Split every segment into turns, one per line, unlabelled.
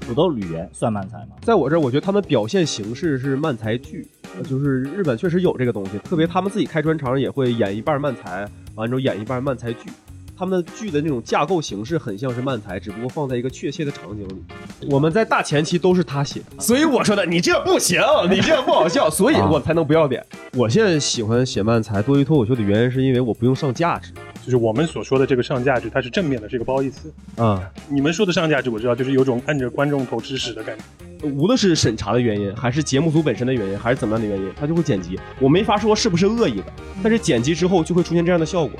土豆吕岩算漫才吗？
在我这儿，我觉得他们表现形式是漫才剧，呃就是日本确实有这个东西，特别他们自己开专场也会演一半漫才，完之后演一半漫才剧。他们的剧的那种架构形式很像是漫才，只不过放在一个确切的场景里。我们在大前期都是他写的，所以我说的你这不行，你这不好笑，所以我才能不要脸。我现在喜欢写漫才多于脱口秀的原因，是因为我不用上价值
就是我们所说的这个上价值，它是正面的，是一个褒义词。
啊。
你们说的上价值，我知道，就是有种按着观众投吃屎的感觉。
无论是审查的原因，还是节目组本身的原因，还是怎么样的原因，他就会剪辑。我没法说是不是恶意的，但是剪辑之后就会出现这样的效果。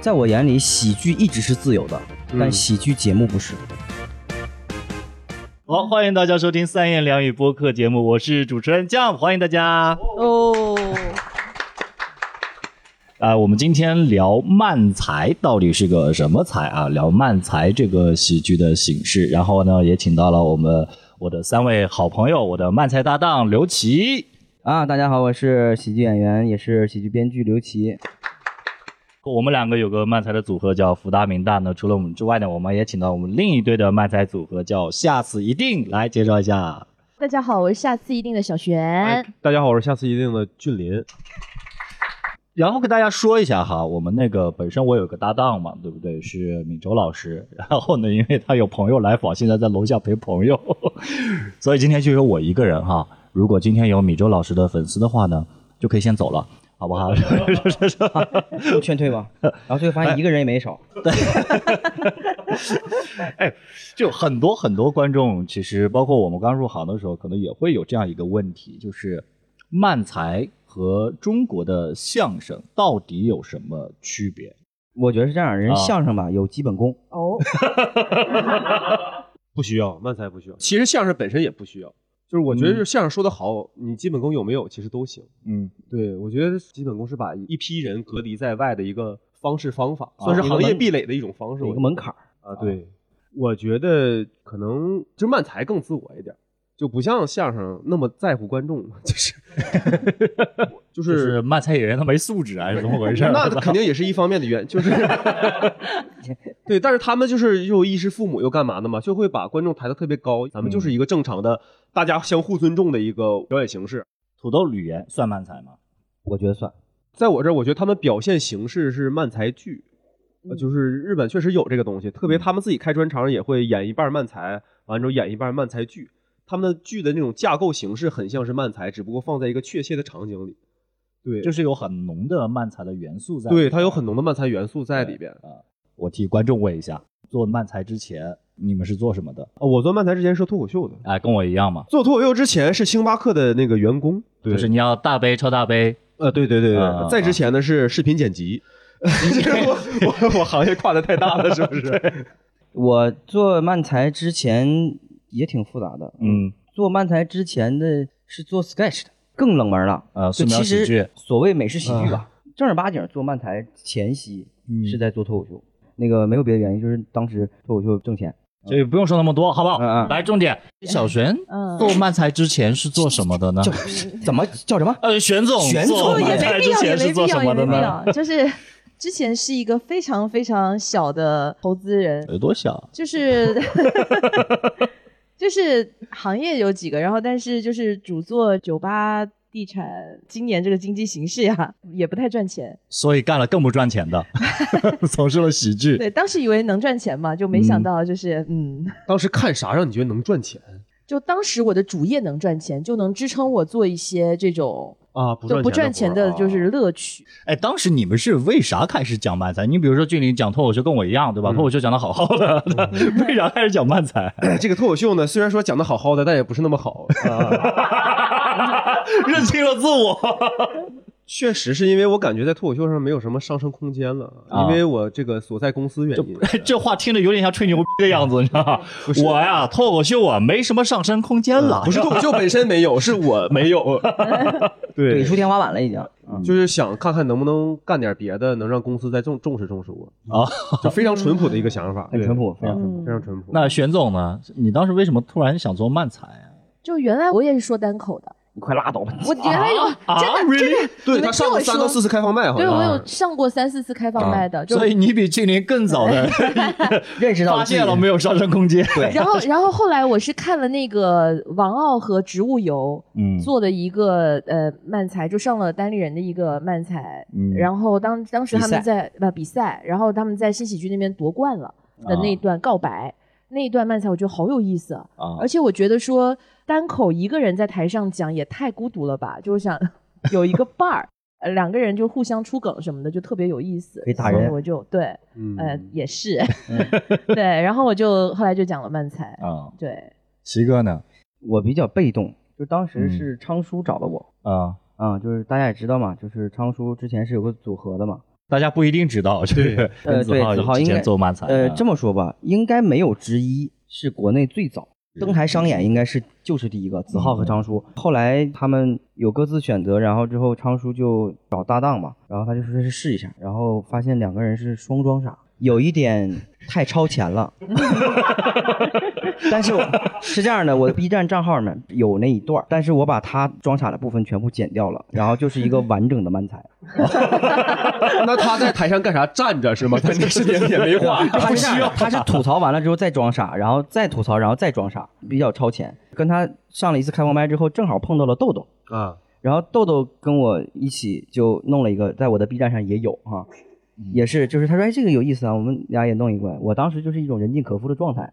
在我眼里，喜剧一直是自由的，
嗯
但喜剧节目不是。
好，欢迎大家收听三言两语播客节目，我是主持人 Jump，欢迎大家。
哦，
啊、我们今天聊漫才到底是个什么才啊？聊漫才这个喜剧的形式，然后呢，也请到了我们我的三位好朋友，我的漫才搭档刘琦，
啊，大家好，我是喜剧演员，也是喜剧编剧刘琦。
我们两个有个漫才的组合叫福大明大呢。除了我们之外呢，我们也请到我们另一队的漫才组合叫下次一定来介绍一下。
大家好，我是下次一定的小
哎
璇。
哎大家好，我是下次一定的俊林。
然后跟大家说一下哈，我们那个本身我有个搭档嘛，对不对？是闵周老师。 然后呢，因为他有朋友来访，现在在楼下陪朋友， 所以今天就有我一个人哈。如果今天有闵周老师的粉丝的话呢，就可以先走了，好不好？
都劝退吧，然后最后发现一个人也没少。
哎，就很多很多观众，其实包括我们刚入行的时候，可能也会有这样一个问题，就是漫才和中国的相声到底有什么区别？
我觉得是这样，人
啊
相声吧有基本功，
哦，
不需要漫才，不需要。其实相声本身也不需要，就是我觉
嗯
得就是相声说的好，你基本功有没有其实都行。
嗯，
对，我觉得基本功是把一批人隔离在外的一个方式方法，
啊
算是
一个
行业
门
壁垒的一种方式，
有一个
我觉得
门槛儿。
啊，对，我觉得可能就漫才更自我一点，就不像相声那么在乎观众，就是
就
就
是是。漫才演员他没素质还是怎么回事？
那肯定也是一方面的原，就是对，但是他们就是又衣食父母又干嘛的嘛，就会把观众抬得特别高。咱们
嗯
就是一个正常的，大家相互尊重的一个表演形式。
土豆吕岩算漫才吗？
我觉得算，
在我这儿，我觉得他们表现形式是漫才剧，
嗯
呃就是日本确实有这个东西，特别他们自己开专场也会演一半漫才，完之后演一半漫才剧。他们的剧的那种架构形式很像是漫才，只不过放在一个确切的场景里。对，
就是有很浓的漫才的元素在。
对，它有很浓的漫才元素在里边。
啊。我替观众问一下，做漫才之前你们是做什么的？
啊，我做漫才之前是脱口秀的，
哎，跟我一样嘛，
做脱口秀之前是星巴克的那个员工。对
就是你要大杯超大杯，
呃，对对对对，
啊
在之前呢是视频 剪辑。 这个我我我行业跨的太大了，是不是？
我做漫才之前也挺复杂的。，
嗯，
做漫才之前的是做 sketch 的，更冷门
啊
了。
呃，素
就
描
其
喜剧
实，所谓美式喜剧吧，正儿八经做漫才前夕
嗯
是在做脱口秀，那个没有别的原因，就是当时脱口秀挣钱。
所以不用说那么多，好不好？
嗯嗯
来，重点，哎小璇
嗯
做漫才之前是做什么的呢？
叫 怎么叫什么？
呃，玄总，
玄
做
总
哦也
漫才
没
之
必要，也
前是
没
做
必
什
要，也
么的
没必
呢？
要。就是之前是一个非常非常小的投资人，
有多小？
就是 就是行业有几个，然后但是就是主做酒吧、地产，今年这个经济形势呀，也不太赚钱。
所以干了更不赚钱的， 从事了喜剧。
对，当时以为能赚钱嘛，就没想到就是嗯
当时看啥让你觉得能赚钱
就当时我的主业能赚钱，就能支撑我做一些这种
啊？不
就不赚钱的，就
活儿啊
是乐趣。
哎，当时你们是为啥开始讲漫才？你比如说俊林讲脱口秀跟我一样，对吧？脱口秀讲的好好的，为啥开始讲漫 才？
这个脱口秀呢，虽然说讲的好好的，但也不是那么好。啊
认清了自我。
确实是因为我感觉在脱口秀上没有什么上升空间了，
啊
因为我这个所在公司原因。
这话听着有点像吹牛逼的样子，你知道吗？我呀，脱口秀啊，没什么上升空间了。
啊不是脱口秀本身没有，是我没有。
怼
对，
出天花板了已经。啊
就是想看看能不能干点别的，能让公司再重重视重视我
啊，
就非常淳朴的一个想法，
很
对
淳，朴，非常淳朴。
嗯
非，常淳朴。
那玄总呢？你当时为什么突然想做漫才啊？
就原来我也是说单口的，
你快拉倒吧！
我原来有、
啊
真的、真的
，really？
对
你
他
们
上
听
过
我
三到
说
四次开放麦，好
对
像
我
啊
有上过三四次开放麦的，就
啊所以你比俊林更早 的
认识到
发
自己
现了没有上升空间。
对
然后，然后后来我是看了那个王傲和植物油
嗯
做的一个、呃漫才，就上了单立人的一个漫才，
嗯
然后当当时
比
他们
赛
在呃比赛，然后他们在新喜剧那边夺冠了的那一
啊
段告白，那一段漫才我觉得好有意思啊，
啊
而且我觉得说单口一个人在台上讲也太孤独了吧，就是想 有一个伴儿。呃两个人就互相出梗什么的，就特别有意思。
可以打
所以
人
我就对，
嗯
呃，也是， 对。然后我就后来就讲了漫才，
啊，
对，
奇哥呢？
我比较被动，就当时
嗯
是昌叔找的我
啊，
啊、就是大家也知道嘛，就是昌叔之前是有个组合的嘛，
大家不一定知道，就是
呃
跟
对子
子
豪
之
应该
前做漫才，啊嗯
呃，这
么
么说吧，应该没有之一，是国内最早登台商演，应该是就是第一个子浩和昌叔。后来他们有各自选择，然后之后昌叔就找搭档嘛，然后他就说是试一下，然后发现两个人是双装傻，有一点太超前了。 但是我是这样的，我的 B 站账号里面有那一段儿，但是我把他装傻的部分全部剪掉了，然后就是一个完整的漫才。
那他在台上干啥？站着是吗？他那个视频也 没画，
他是这样的 他是吐槽完了之后再装傻，然后再吐槽，然后再装傻，比较超前。跟他上了一次开放麦之后，正好碰到了豆豆，
啊。
然后豆豆跟我一起就弄了一个，在我的 B 站上也有哈、也是就是他说哎这个有意思啊，我们俩也弄一个。我当时就是一种人尽可夫的状 态，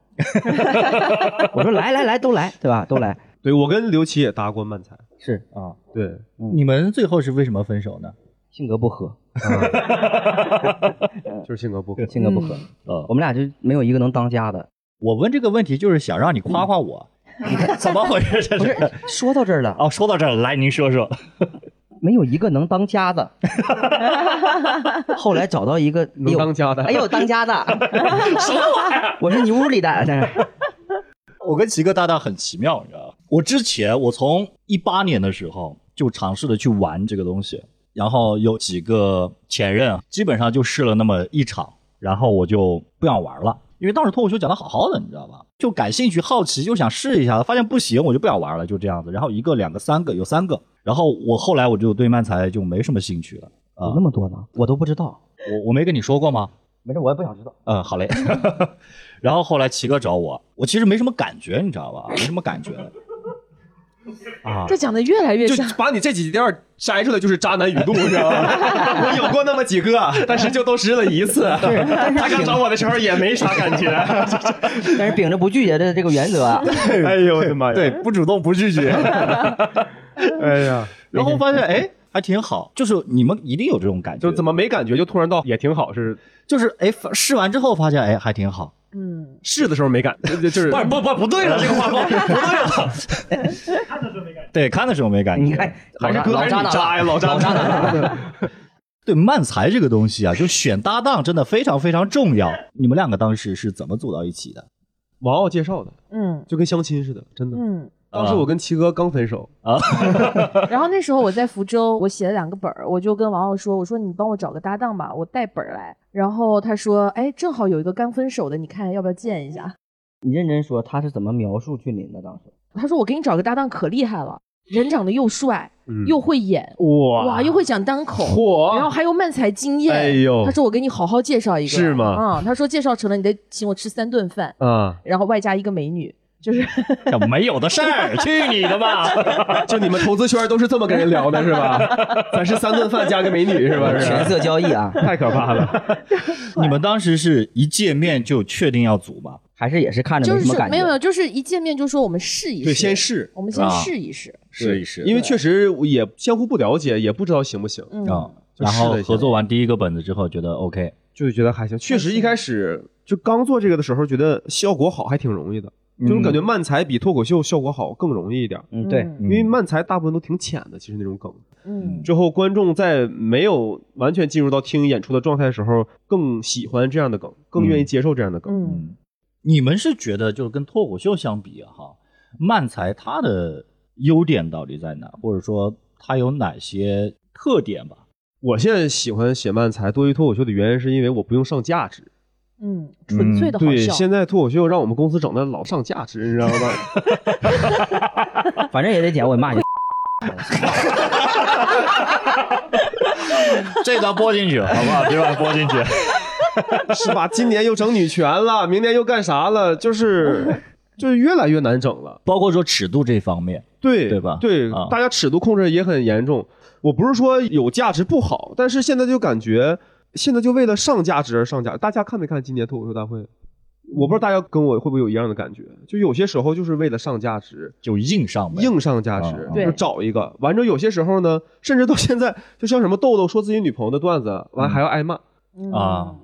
我说来来来都来，对吧？都来
对我跟刘琦也搭过漫才，
是
啊。
对，
你们最后是为什么分手呢？
性格不合，
就是性格不合。
性格不合，
呃
我，们俩就没有一个能当家的。
我问这个问题就是想让你夸夸 我，你看怎么回事？这
不是
是
说到这儿了，
哦，说到这儿，来您说说，
没有一个能当家 的。后来找到一个
能
有
当家的，
哎呦，当家的， 什么玩意儿？我是你屋里
啊
的，但是
我跟奇哥搭档很奇妙，你知道吗？我之前我从一八年的时候就尝试着去玩这个东西，然后有几个前任，啊基本上就试了那么一场，然后我就不想玩了。因为当时脱口秀讲的好好的，你知道吧？就感兴趣、好奇，就想试一下，发现不行，我就不想玩了，就这样子。然后一个、两个、三个，有三个。然后我后来我就对漫才就没什么兴趣了。啊、
有那么多呢，我都不知道。
我我没跟你说过吗？
没事，我也不想知道。
嗯，好嘞。 然后后来奇哥找我，我其实没什么感觉，你知道吧？没什么感觉。 啊，
这讲的越来越
就
像。
把你这几段摘出来就是渣男语录，知道吗？ 我有过那么几个，但是就都试了一次。他刚找我的时候也没啥感 觉。
但是秉着不拒绝的这个原则 啊，
哎呦我的妈呀！
对，，不主动不拒 绝，
哎呀，
然后发现哎还挺好，就是你们一定有这种感觉，
就怎么没感觉，就突然到也挺好，是
就是哎发试完之后发现哎还挺好，
嗯，
试的时候没感，就就是
不不不不对了，这个话不对了， 对看的时候没感觉，
你看
还是
老
哥还是
渣
你渣
男
呀，老渣男。
对漫才这个东西啊，就选搭档真的非常非常重要。你们两个当时是怎么走到一起 的
王傲介绍的，
嗯
就跟相亲似的，真的。
嗯，
当时我跟七哥刚分手，
然后那时候我在福州，我写了两个本儿，我就跟王傲说：“我说你帮我找个搭档吧，我带本儿来。”然后他说：“哎，正好有一个刚分手的，你看要不要见一下
你认真说他是怎么描述俊林的？当时？”
他说：“我给你找个搭档可厉害了，人长得又帅，
嗯
又会演，
哇
哇，又会讲单口，然
火，
后还有漫才经验。
哎呦
他说：“我给你好好介绍一个。”
是吗
嗯，他说介绍成了，你得请我吃三顿饭，
啊！
然后外加一个美女，就是
这没有的事儿，去你的吧！
就你们投资圈都是这么跟人聊的是 吧？咱是三顿饭加个美女是吧？是
权色交 易啊，
太可怕了。
你们当时是一见面就确定要组吗？
还是也是看着
就
没什么
是
感觉。嗯
没有没有，就是一见面就说我们试一试，
对，先，试，
我们先
啊
试一试。
试一试，
因为确实我也相互不了解，也不知道行不行，
嗯，
啊，
就
然
试了
后
一下
合作完第一个本子之后觉得 OK，
就觉得还行。确实一开始就刚做这个的时候，觉得效果好还挺容易的，就是感觉漫才比脱口秀效果好更容易一点，
嗯，对，
嗯嗯
嗯
因为漫才大部分都挺浅的，其实那种梗。
嗯
之后观众在没有完全进入到听演出的状态的时候，更喜欢这样的梗，更愿意接受这样的梗。
嗯，
你们是觉得就是跟脱口秀相比啊哈，漫才它的优点到底在哪？或者说它有哪些特点吧？
我现在喜欢写漫才多于脱口秀的原因，是因为我不用上价值。
嗯，纯粹的好
对，
笑。
现在脱口秀让我们公司整的老上价值，你知道吧？
反正也得剪，我也骂你。
这段播进去好不好？这段播进去。
是吧？今年又整女权了，明年又干啥了？就是就是越来越难整了。
包括说尺度这方面，
对
对吧
对，
啊
大家尺度控制也很严重。我不是说有价值不好，但是现在就感觉现在就为了上价值而上价值。大家看没看今年脱口秀大会？我不知道大家跟我会不会有一样的感觉，就有些时候就是为了上价值，
就硬上呗。
硬上价值
啊，
对
就找一个。完之后有些时候呢，甚至到现在就像什么豆豆说自己女朋友的段子，完还要挨骂。
嗯
啊，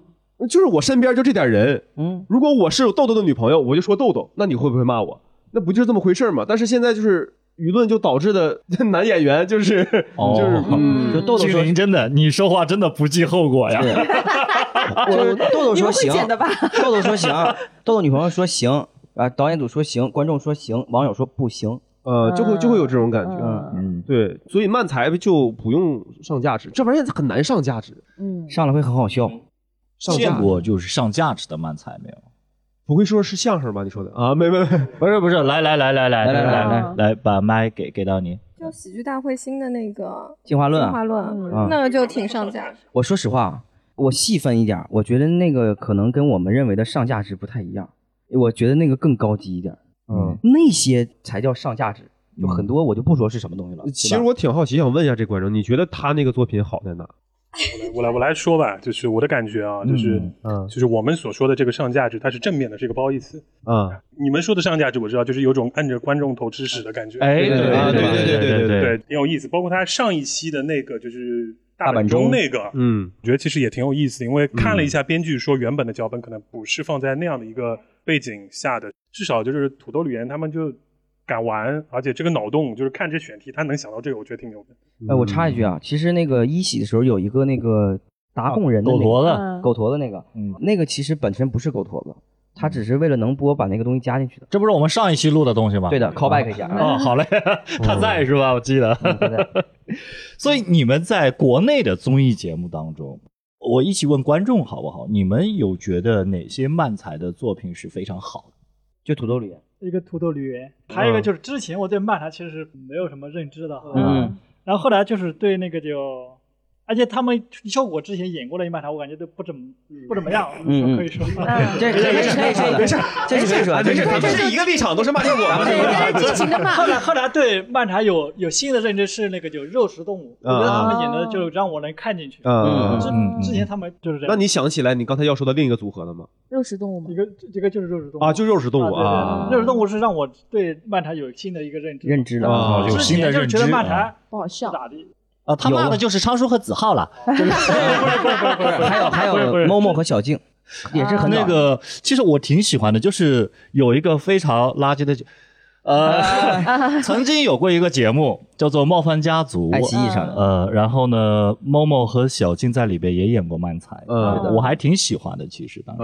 就是我身边就这点人，
嗯，
如果我是有豆豆的女朋友，我就说豆豆，那你会不会骂我？那不就是这么回事儿吗？但是现在就是舆论就导致的 男演员就是、
哦
就是嗯，
就豆豆
精
说，
灵真的，你说话真的不计后果呀。
我豆豆
你
说
们会
行，
剪的吧？
豆豆说行，豆豆女朋友说行，啊，导演组说行，观众说行，网友说不行，
呃，就会就会有这种感觉。啊
嗯
嗯，
对，所以漫才就不用上价值，这玩意儿很难上价值，
嗯，
上来会很好笑。
上
见
价
过就是上价值的漫才没有？
不会说是相声吧？你说的啊？没没没，
不是不是，来来来来来
来来
来
来
来
来，把麦给给到你。
就喜剧大会新的那个
进化论
进
啊，
化论，
嗯
那个就挺上价值。
我说实话啊，我细分一点儿，我觉得那个可能跟我们认为的上价值不太一样，我觉得那个更高级一点儿。
嗯，
那些才叫上价值，有
嗯
很多我就不说是什么东西了。
其
对
实
吧
我挺好奇，想问一下这观众，你觉得他那个作品好在哪？
我来我来说吧，就是我的感觉啊，就是、
嗯
嗯
就是我们所说的这个上价值，它是正面的，是一个褒义词。
啊，
你们说的上价值，我知道就是有种按着观众投吃屎的感觉，
哎，
对对对
对
对对
对
对对
对，挺有意思。包括他上一期的那个就是
大
大
阪
阪
中
中那个，
嗯
我觉得其实也挺有意思，因为看了一下编剧说原本的脚本可能不是放在那样的一个背景下的，至少就是土豆吕岩他们就敢玩，而且这个脑洞就是看这选题他能想到这个，我觉得挺牛的。
哎，我插一句啊，其实那个一喜的时候有一个那个打工人的、那
狗
个、
坨子，
嗯
狗坨子那个，
嗯，
那个其实本身不是狗坨子，它只是为了能播把那个东西加进去的。
这不是我们上一期录的东西吗？
对的，call back 一下啊。
哦，好嘞，他在是吧？我记得。
嗯对的
所以你们在国内的综艺节目当中，我一起问观众好不好？你们有觉得哪些漫才的作品是非常好的？
就土豆里，
一个土豆驴，还有一个就是之前我对漫才其实是没有什么认知的哈，
嗯，
然后后来就是对那个就，而且他们效果之前演过的漫才，我感觉都不怎么不怎么样，
嗯嗯
可以说。
嗯
这这没事没事没事，这是没说，这是
们啊是一个立场，都是骂效果
对，大家尽情的骂
后来后来对漫才有有新的认知是那个就肉食动物，我觉得他们演的就让我能看进去。
啊
嗯。
嗯嗯
之之前他们就是这样。
那你想起来你刚才要说的另一个组合了吗？
肉食动物吗
一？个一个就是肉食动物
啊，就肉食动物
啊，
啊
对对对肉食动物是让我对漫才有新的一个认知。
认知了
啊
有
之
新的
前就
认知
觉得漫才
不好笑
不。咋地。
啊，他骂的就是昌叔和子浩了。
不是还有还有某某和小静，也是很
那
早
个，其实我挺喜欢的，就是有一个非常垃圾的节，呃，曾经有过一个节目叫做《冒犯家族
爱》，奇艺上的，
呃，然后呢，Momo 和小静在里边也演过漫才，
嗯
对的
我还挺喜欢的，其实当时，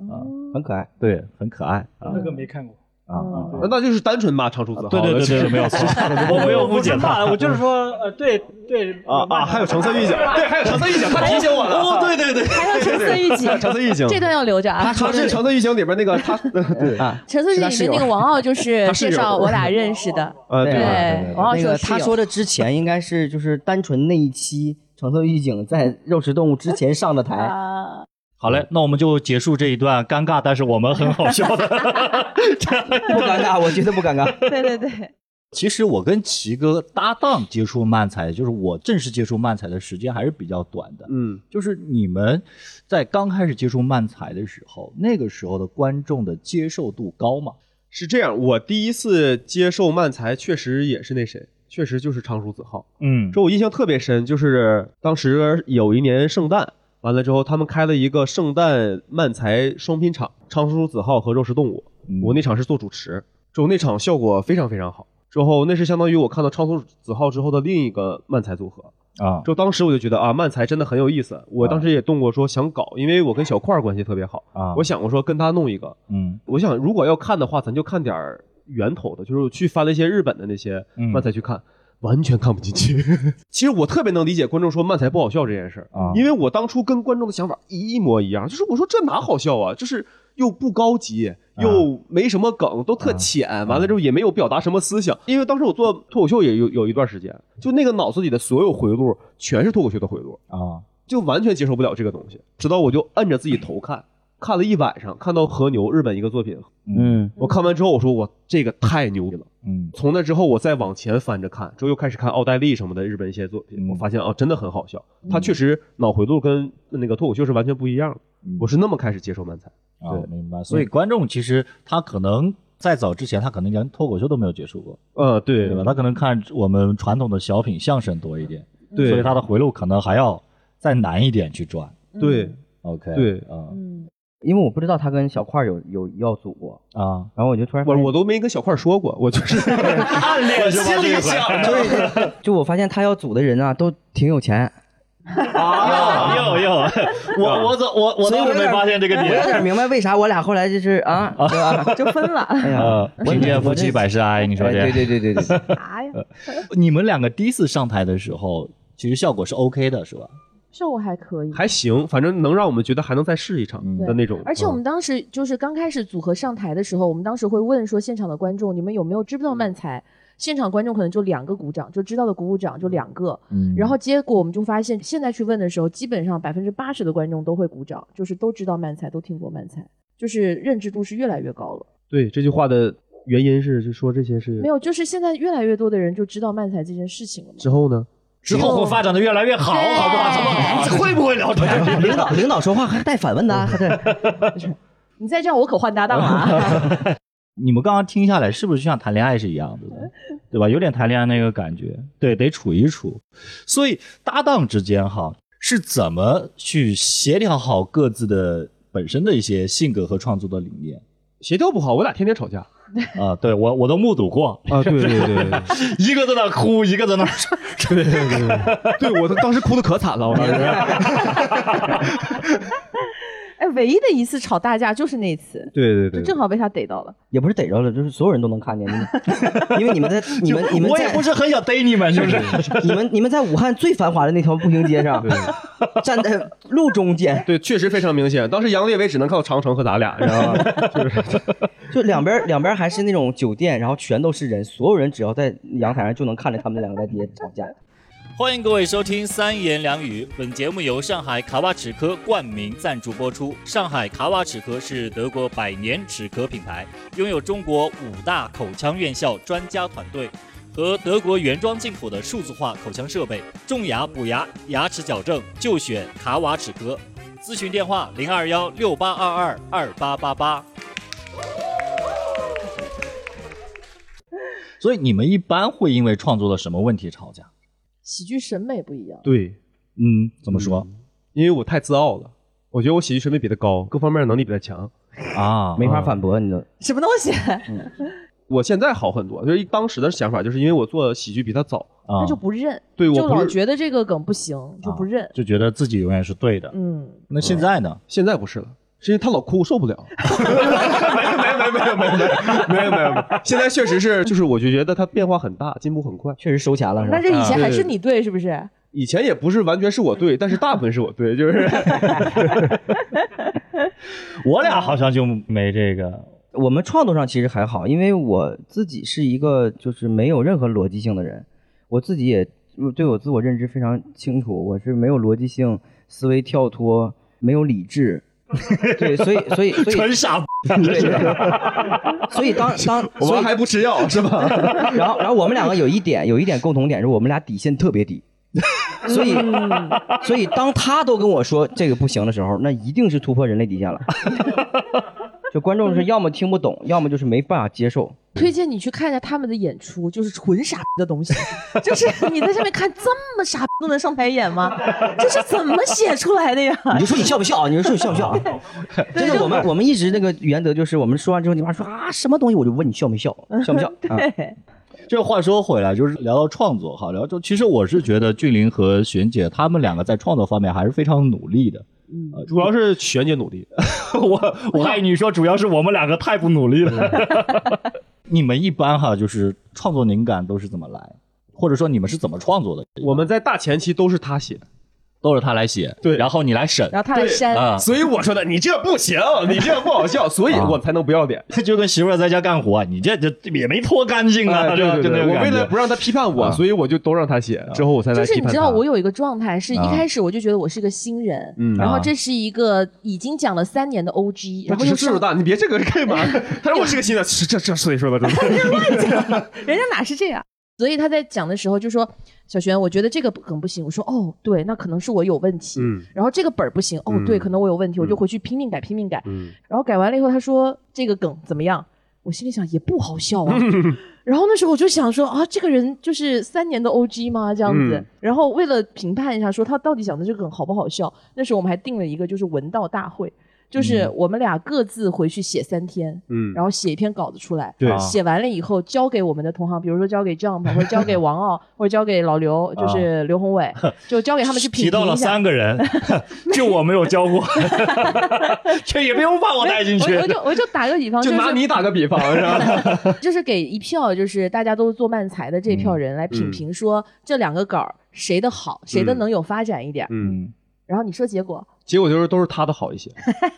嗯，
很可爱。
对，很可爱啊
那个没看过，
啊啊！啊
那就是单纯骂长出子浩
对对对对，没有错， 我没有误解
我不是骂
他。
了我就是说，呃，对对
啊啊，还有橙色 预警，对，还有橙色预警，他提醒我了，哦，对对对，
还有橙色预警，
橙色预警，
这段要留着啊。
他是橙色预警里边那个 他，对
啊，
橙色预警里面那个王傲就 是
他室
介
友
绍我俩认识的，
呃
啊对
对，
对，王傲
那
是我
个
室
他
友
说的之前应该是就是单纯那一期橙色预警在肉食动物之前上的 台，
啊，
好嘞，那我们就结束这一段尴尬，但是我们很好笑的这样一
不
段
尴尬，我觉得不尴尬。
对对 对，
其实我跟奇哥搭档接触漫才，就是我正式接触漫才的时间还是比较短的。
嗯
就是你们在刚开始接触漫才的时候，那个时候的观众的接受度高吗？
是这样，我第一次接受漫才，确实也是那谁，确实就是长熟子浩。
嗯
这我印象特别深，就是当时有一年圣诞，完了之后他们开了一个圣诞漫才双拼场，昌叔子浩和肉食动物，
嗯
我那场是做主持，之后那场效果非常非常好。之后那是相当于我看到昌叔子浩之后的另一个漫才组合，
啊
之后当时我就觉得啊，漫才真的很有意思。我当时也动过说想搞，因为我跟小块儿关系特别好，
啊
我想过说跟他弄一个。
嗯
我想如果要看的话，咱就看点儿源头的，就是我去翻了一些日本的那些
嗯
漫才去看。完全看不进去。 其实我特别能理解观众说漫才不好笑这件事儿
啊
因为我当初跟观众的想法一模一样，就是我说这哪好笑啊，就是又不高
啊
级。又没什么梗，都特浅，完了之后也没有表达什么思想。因为当时我做脱口秀也有有一段时间，就那个脑子里的所有回路全是脱口秀的回路，
啊，
就完全接受不了这个东西。直到我就摁着自己头看，看了一晚上，看到和牛日本一个作品，
嗯
我看完之后我说我这个太牛逼了。
嗯
从那之后，我再往前翻着看，之后又开始看奥黛丽什么的日本一些作品，
嗯
我发现啊，真的很好笑。他确实脑回路跟那个脱口秀是完全不一样的。
嗯
我是那么开始接受漫才，
啊
对，
明白。所以观众其实他可能在早之前，他可能连脱口秀都没有接触过，
呃，对
对吧？他可能看我们传统的小品、相声多一点，
对
所以他的回路可能还要再难一点去转。嗯
对，
OK，
对
啊
嗯，
因为我不知道他跟小块儿有有要组过，
啊，
然后我就突然发
我
现
我都没跟小块说过，我就是 暗恋，心里想 着
就我发现他要组的人啊都挺有钱，
啊，
又又，我我怎我我
所以
倒是
我有
没
点
发现这个
我有
点。
点明白为啥我俩后来就是 啊，对吧？
就分了
哎呀
呃，，贫贱夫妻百事哀，你
你
说这？
对对对对对对，
啥呀？
你们两个第一次上台的时候，其实效果是 OK 的，是吧？
效果还可以，
还行，反正能让我们觉得还能再试一场
嗯
的那种。
而且我
嗯
们当时就是刚开始组合上台的时候，我们当时会问说现场的观众，你们有没有知不知道漫才？现场观众可能就两个鼓掌，就知道的鼓鼓掌就两个。
嗯
然后结果我们就发现，现在去问的时候，基本上百分之八十的观众都会鼓掌，就是都知道漫才，都听过漫才，就是认知度是越来越高了。
对这句话的原因是，就说这些是
没有，就是现在越来越多的人就知道漫才这件事情了嘛。
之后呢？
之后会发展的越来越好，
对
好不好？怎么好？会不会聊天？
领导 领导说话还带反问的啊，对，
你再这样，我可换搭档了啊！
你们刚刚听下来，是不是就像谈恋爱是一样的，对吧？有点谈恋爱那个感觉，对，得处一处。所以搭档之间哈，是怎么去协调好各自的本身的一些性格和创作的理念
协调不好，我俩天天 吵架
啊？对我我都目睹过，
啊！对对对 对
一个在那哭，一个在那说，
对对对，对我当时哭的可惨了，我当时。
哎，唯一的一次吵大架就是那次，
对对
就正好被他逮到了。
也不是逮着了，就是所有人都能看 见你们，因为你们在你们你们
我也
在
不是很想逮你们，是不是？
你们你们在武汉最繁华的那条步行街上， 站在路中间，
对，确实非常明显。当时杨烈伟只能靠长城和咱俩，你知道吧？
就两边两边还是那种酒店，然后全都是人，所有人只要在阳台上就能看见他们两个在底下吵架。
欢迎各位收听《三言两语》。本节目由上海卡瓦齿科冠名赞助播出。上海卡瓦齿科是德国百年齿科品牌，拥有中国五大口腔院校专家团队和德国原装进口的数字化口腔设备，种牙、补牙、牙齿矫正就选卡瓦齿科。咨询电话：零二幺六八二二二八八八。
所以你们一般会因为创作的什么问题吵架？
喜剧审美不一样，
对，
嗯，怎么说、
因为我太自傲了，我觉得我喜剧审美比他高，各方面能力比他强。
啊？
没法反驳你都。
什么东西？
嗯我现在好很多，就是当时的想法，就是因为我做喜剧比他早，
啊，
他就不认，
对我
就
不
老
是啊
觉得这个梗不行，就不认。
就觉得自己永远是对的。
嗯，
那现在呢？
现在不是了。是因为他老哭，受不了。没有没有没有没有没有没有没有没有。现在确实是，就是我就觉得他变化很大，进步很快。
确实收钱了是吧
那？这以前
啊
还是
对
你对是不是？
以前也不是完全是我对，但是大部分是我对，就是
我俩好像就没这个。
我们创作上其实还好，因为我自己是一个就是没有任何逻辑性的人，我自己也对我自我认知非常清楚，我是没有逻辑性、思维跳脱、没有理智， 对，所以所以所以
傻，
所以当当
我
所以
们还不吃药是吧？
然后然后我们两个有一点有一点共同点是我们俩底线特别低。所以， 所以当他都跟我说这个不行的时候，那一定是突破人类底线了。 就观众是要么听不懂，要么就是没办法接受。
推荐你去看一下他们的演出，就是纯傻逼的东 西，就是你在上面看这么傻逼都能上台演吗？这是怎么写出来的呀？
你就说你笑不笑？你就说你笑不笑啊？真的，我们我们一直那个原则就是，我们说完之后，你妈说啊什么东西，我就问你笑没笑，笑不笑？啊，
对，
这话说回来，就是聊到创作哈，聊就其实我是觉得俊林和璇姐他们两个在创作方面还是非常努力的。
嗯
呃
主要是璇姐努力，
我我爱你说，主要是我们两个太不 努力了。你们一般哈，就是创作灵感都是怎么来？或者说你们是怎么创作的？
我们在大前期都是他写，
都是他来写，
对
然后你来审
然后他来删，
啊，
所以我说的，你这不行，你这不好笑，所以
啊
我才能不要脸。
就跟媳妇儿在家干活，你这这也没拖干净啊，
哎，对对
就那
对，
种
我
感
为
觉
了不让他批判
啊
我，所以我就都让他写，啊之后我才来
就是
批
你
判
知
他。
道，我有一个状态，是一
啊
开始我就觉得我是个新人，
嗯
然后
啊
这是一个已经讲了三年的
他
OG，然后
只
又
是岁数
上
大，你别这个干 嘛？他说我是个新的，这这这所以说的真的。
人家哪是这样？
所以他在讲的时候就说：“小璇，我觉得这个梗不行。”我说：“哦，对，那可能是我有问题。
嗯
然后这个本儿不行，哦，
嗯
对，可能我有问题，我就
嗯
回去拼命改，拼命改。
嗯，
然后改完了以后，他说这个梗怎么样？我心里想也不好 笑啊。然后那时候我就想说啊，这个人就是三年的 OG 吗？这样子。
嗯
然后为了评判一下，说他到底讲的这个梗好不好笑，那时候我们还定了一个就是文道大会，就是
嗯
我们俩各自回去写三天，
嗯
然后写一篇稿子出来。
对
啊
写完了以后交给我们的同行，比如说交给 Jump 或者交给王傲或者交给老刘，就是刘宏 伟，就交给他们去品
啊提到
评
了
一下
三。个人， 就我没有教过，
哎
这也不用把我带进去
我我就我就打个比方，
就是拿你打个比方，是 吧？
就是给一票，就是大家都做漫才的这
嗯
票人来品评，说这两个稿儿谁的好，谁的能有发展一点。
嗯，
嗯
然后你说结果，
结果就是都是他的好一些。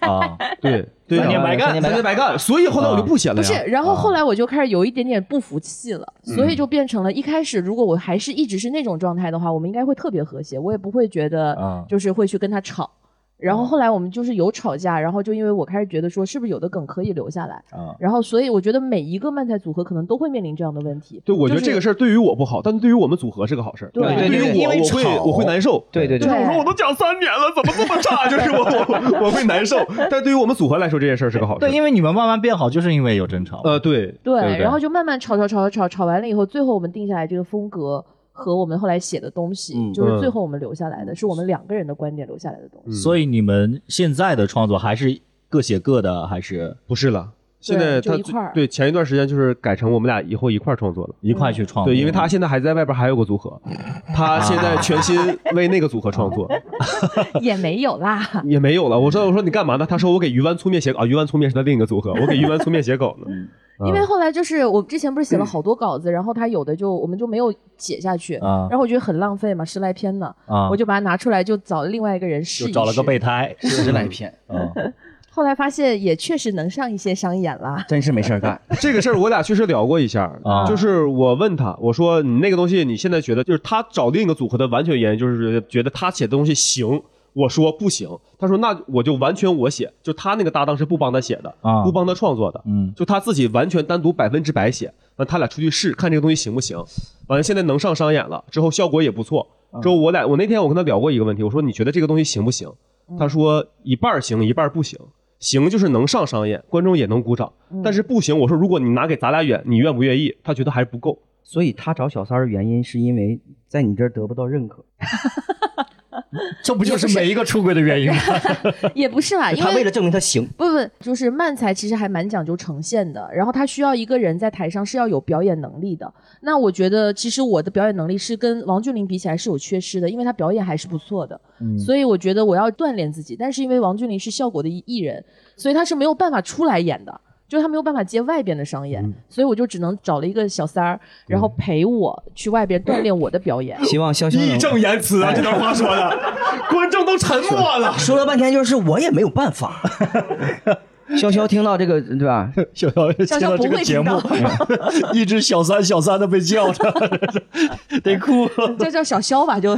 啊，
对对啊，
三年白干
三年白干。所以后来我就不写了
不
呀。
是，
啊
然后后来我就开始有一点点不服气了，
嗯
所以就变成了一开始，如果我还是一直是那种状态的话，我们应该会特别和谐，我也不会觉
啊
得就是会去跟他吵。然后后来我们就是有吵架，然后就因为我开始觉得说，是不是有的梗可以留下来？
啊
然后所以我觉得每一个漫才组合可能都会面临这样的问题。
对，我觉得
就是
这个事儿对于我不好，但对于我们组合是个好事儿。
对
对
对对
于
因
我
为
我会
吵
我会难受。
对对
就
对
是，我说我都讲三年了，怎么这么差？就是我我我会难受。但对于我们组合来说，这件事儿是个好事 儿。
对，因为你们慢慢变好，就是因为有争吵。
呃，对，
对，
对不对
然后就慢慢吵吵吵吵吵，吵完了以后，最后我们定下来这个风格和我们后来写的东西，
嗯
就是
嗯
最后我们留下来的、是我们两个人的观点留下来的东 西。
所以你们现在的创作还是各写各的，还是
不是了。现在
就
他
一块儿
对前一段时间就是改成我们俩以后一块儿创作了。
一块去创作？
对，因为他现在还在外边还有个组合，他现在全心为那个组合创 作，
也没有啦，
也没有了。我说我说你干嘛呢？他说我给鱼丸粗面写稿啊，鱼丸粗面是他另一个组合，我给鱼丸粗面写稿呢。嗯
因为后来就是我之前不是写了好多稿子，然后他有的就我们就没有写下去，
啊
然后我觉得很浪费嘛，十来篇呢，
啊，
我就把它拿出来就找另外一个人试一
就
试，
找了个备胎，
十来篇，
啊
后来发现也确实能上一些商 演啦，
真是没事儿干。
这个事儿我俩确实聊过一下
啊，
就是我问他，我说你那个东西你现在觉得，就是他找另一个组合的完全原因就是觉得他写的东西行。我说不行，他说那我就完全我写，就他那个搭档是不帮他写的，
啊
不帮他创作的，
嗯
就他自己完全单独百分之百写，完他俩出去试看这个东西行不行，完了现在能上商演了，之后效果也不错，之后我俩我那天我跟他聊过一个问题，我说你觉得这个东西行不行？他说一半儿行一半儿不行，行就是能上商演，观众也能鼓掌，但是不行，我说如果你拿给咱俩演，你愿不愿意？他觉得还不够，
所以他找小三儿的原因是因为在你这儿得不到 认可，
这不就是每一个出轨的原因吗？
也不是啦，因
他为
为
了证明他 行。
不不，就是漫才其实还蛮讲究呈现的，然后他需要一个人在台上是要有表演能力的。那我觉得其实我的表演能力是跟王俊霖比起来是有缺失的，因为他表演还是不错的，
嗯
所以我觉得我要锻炼自己。但是因为王俊霖是效果的艺艺人，所以他是没有办法出来演的。就是他没有办法接外边的商
嗯
演，所以我就只能找了一个小三儿，然后陪我去外边锻炼我的 表演。
希望潇潇能
言辞啊，这段话说的， 观众都沉默了。
说了半天就是我也没有办法。 潇潇听到这个对吧？
小小听到这个节目
小小不，
一直小三小三的被叫着，得哭。
这 叫小肖吧，
嗯
就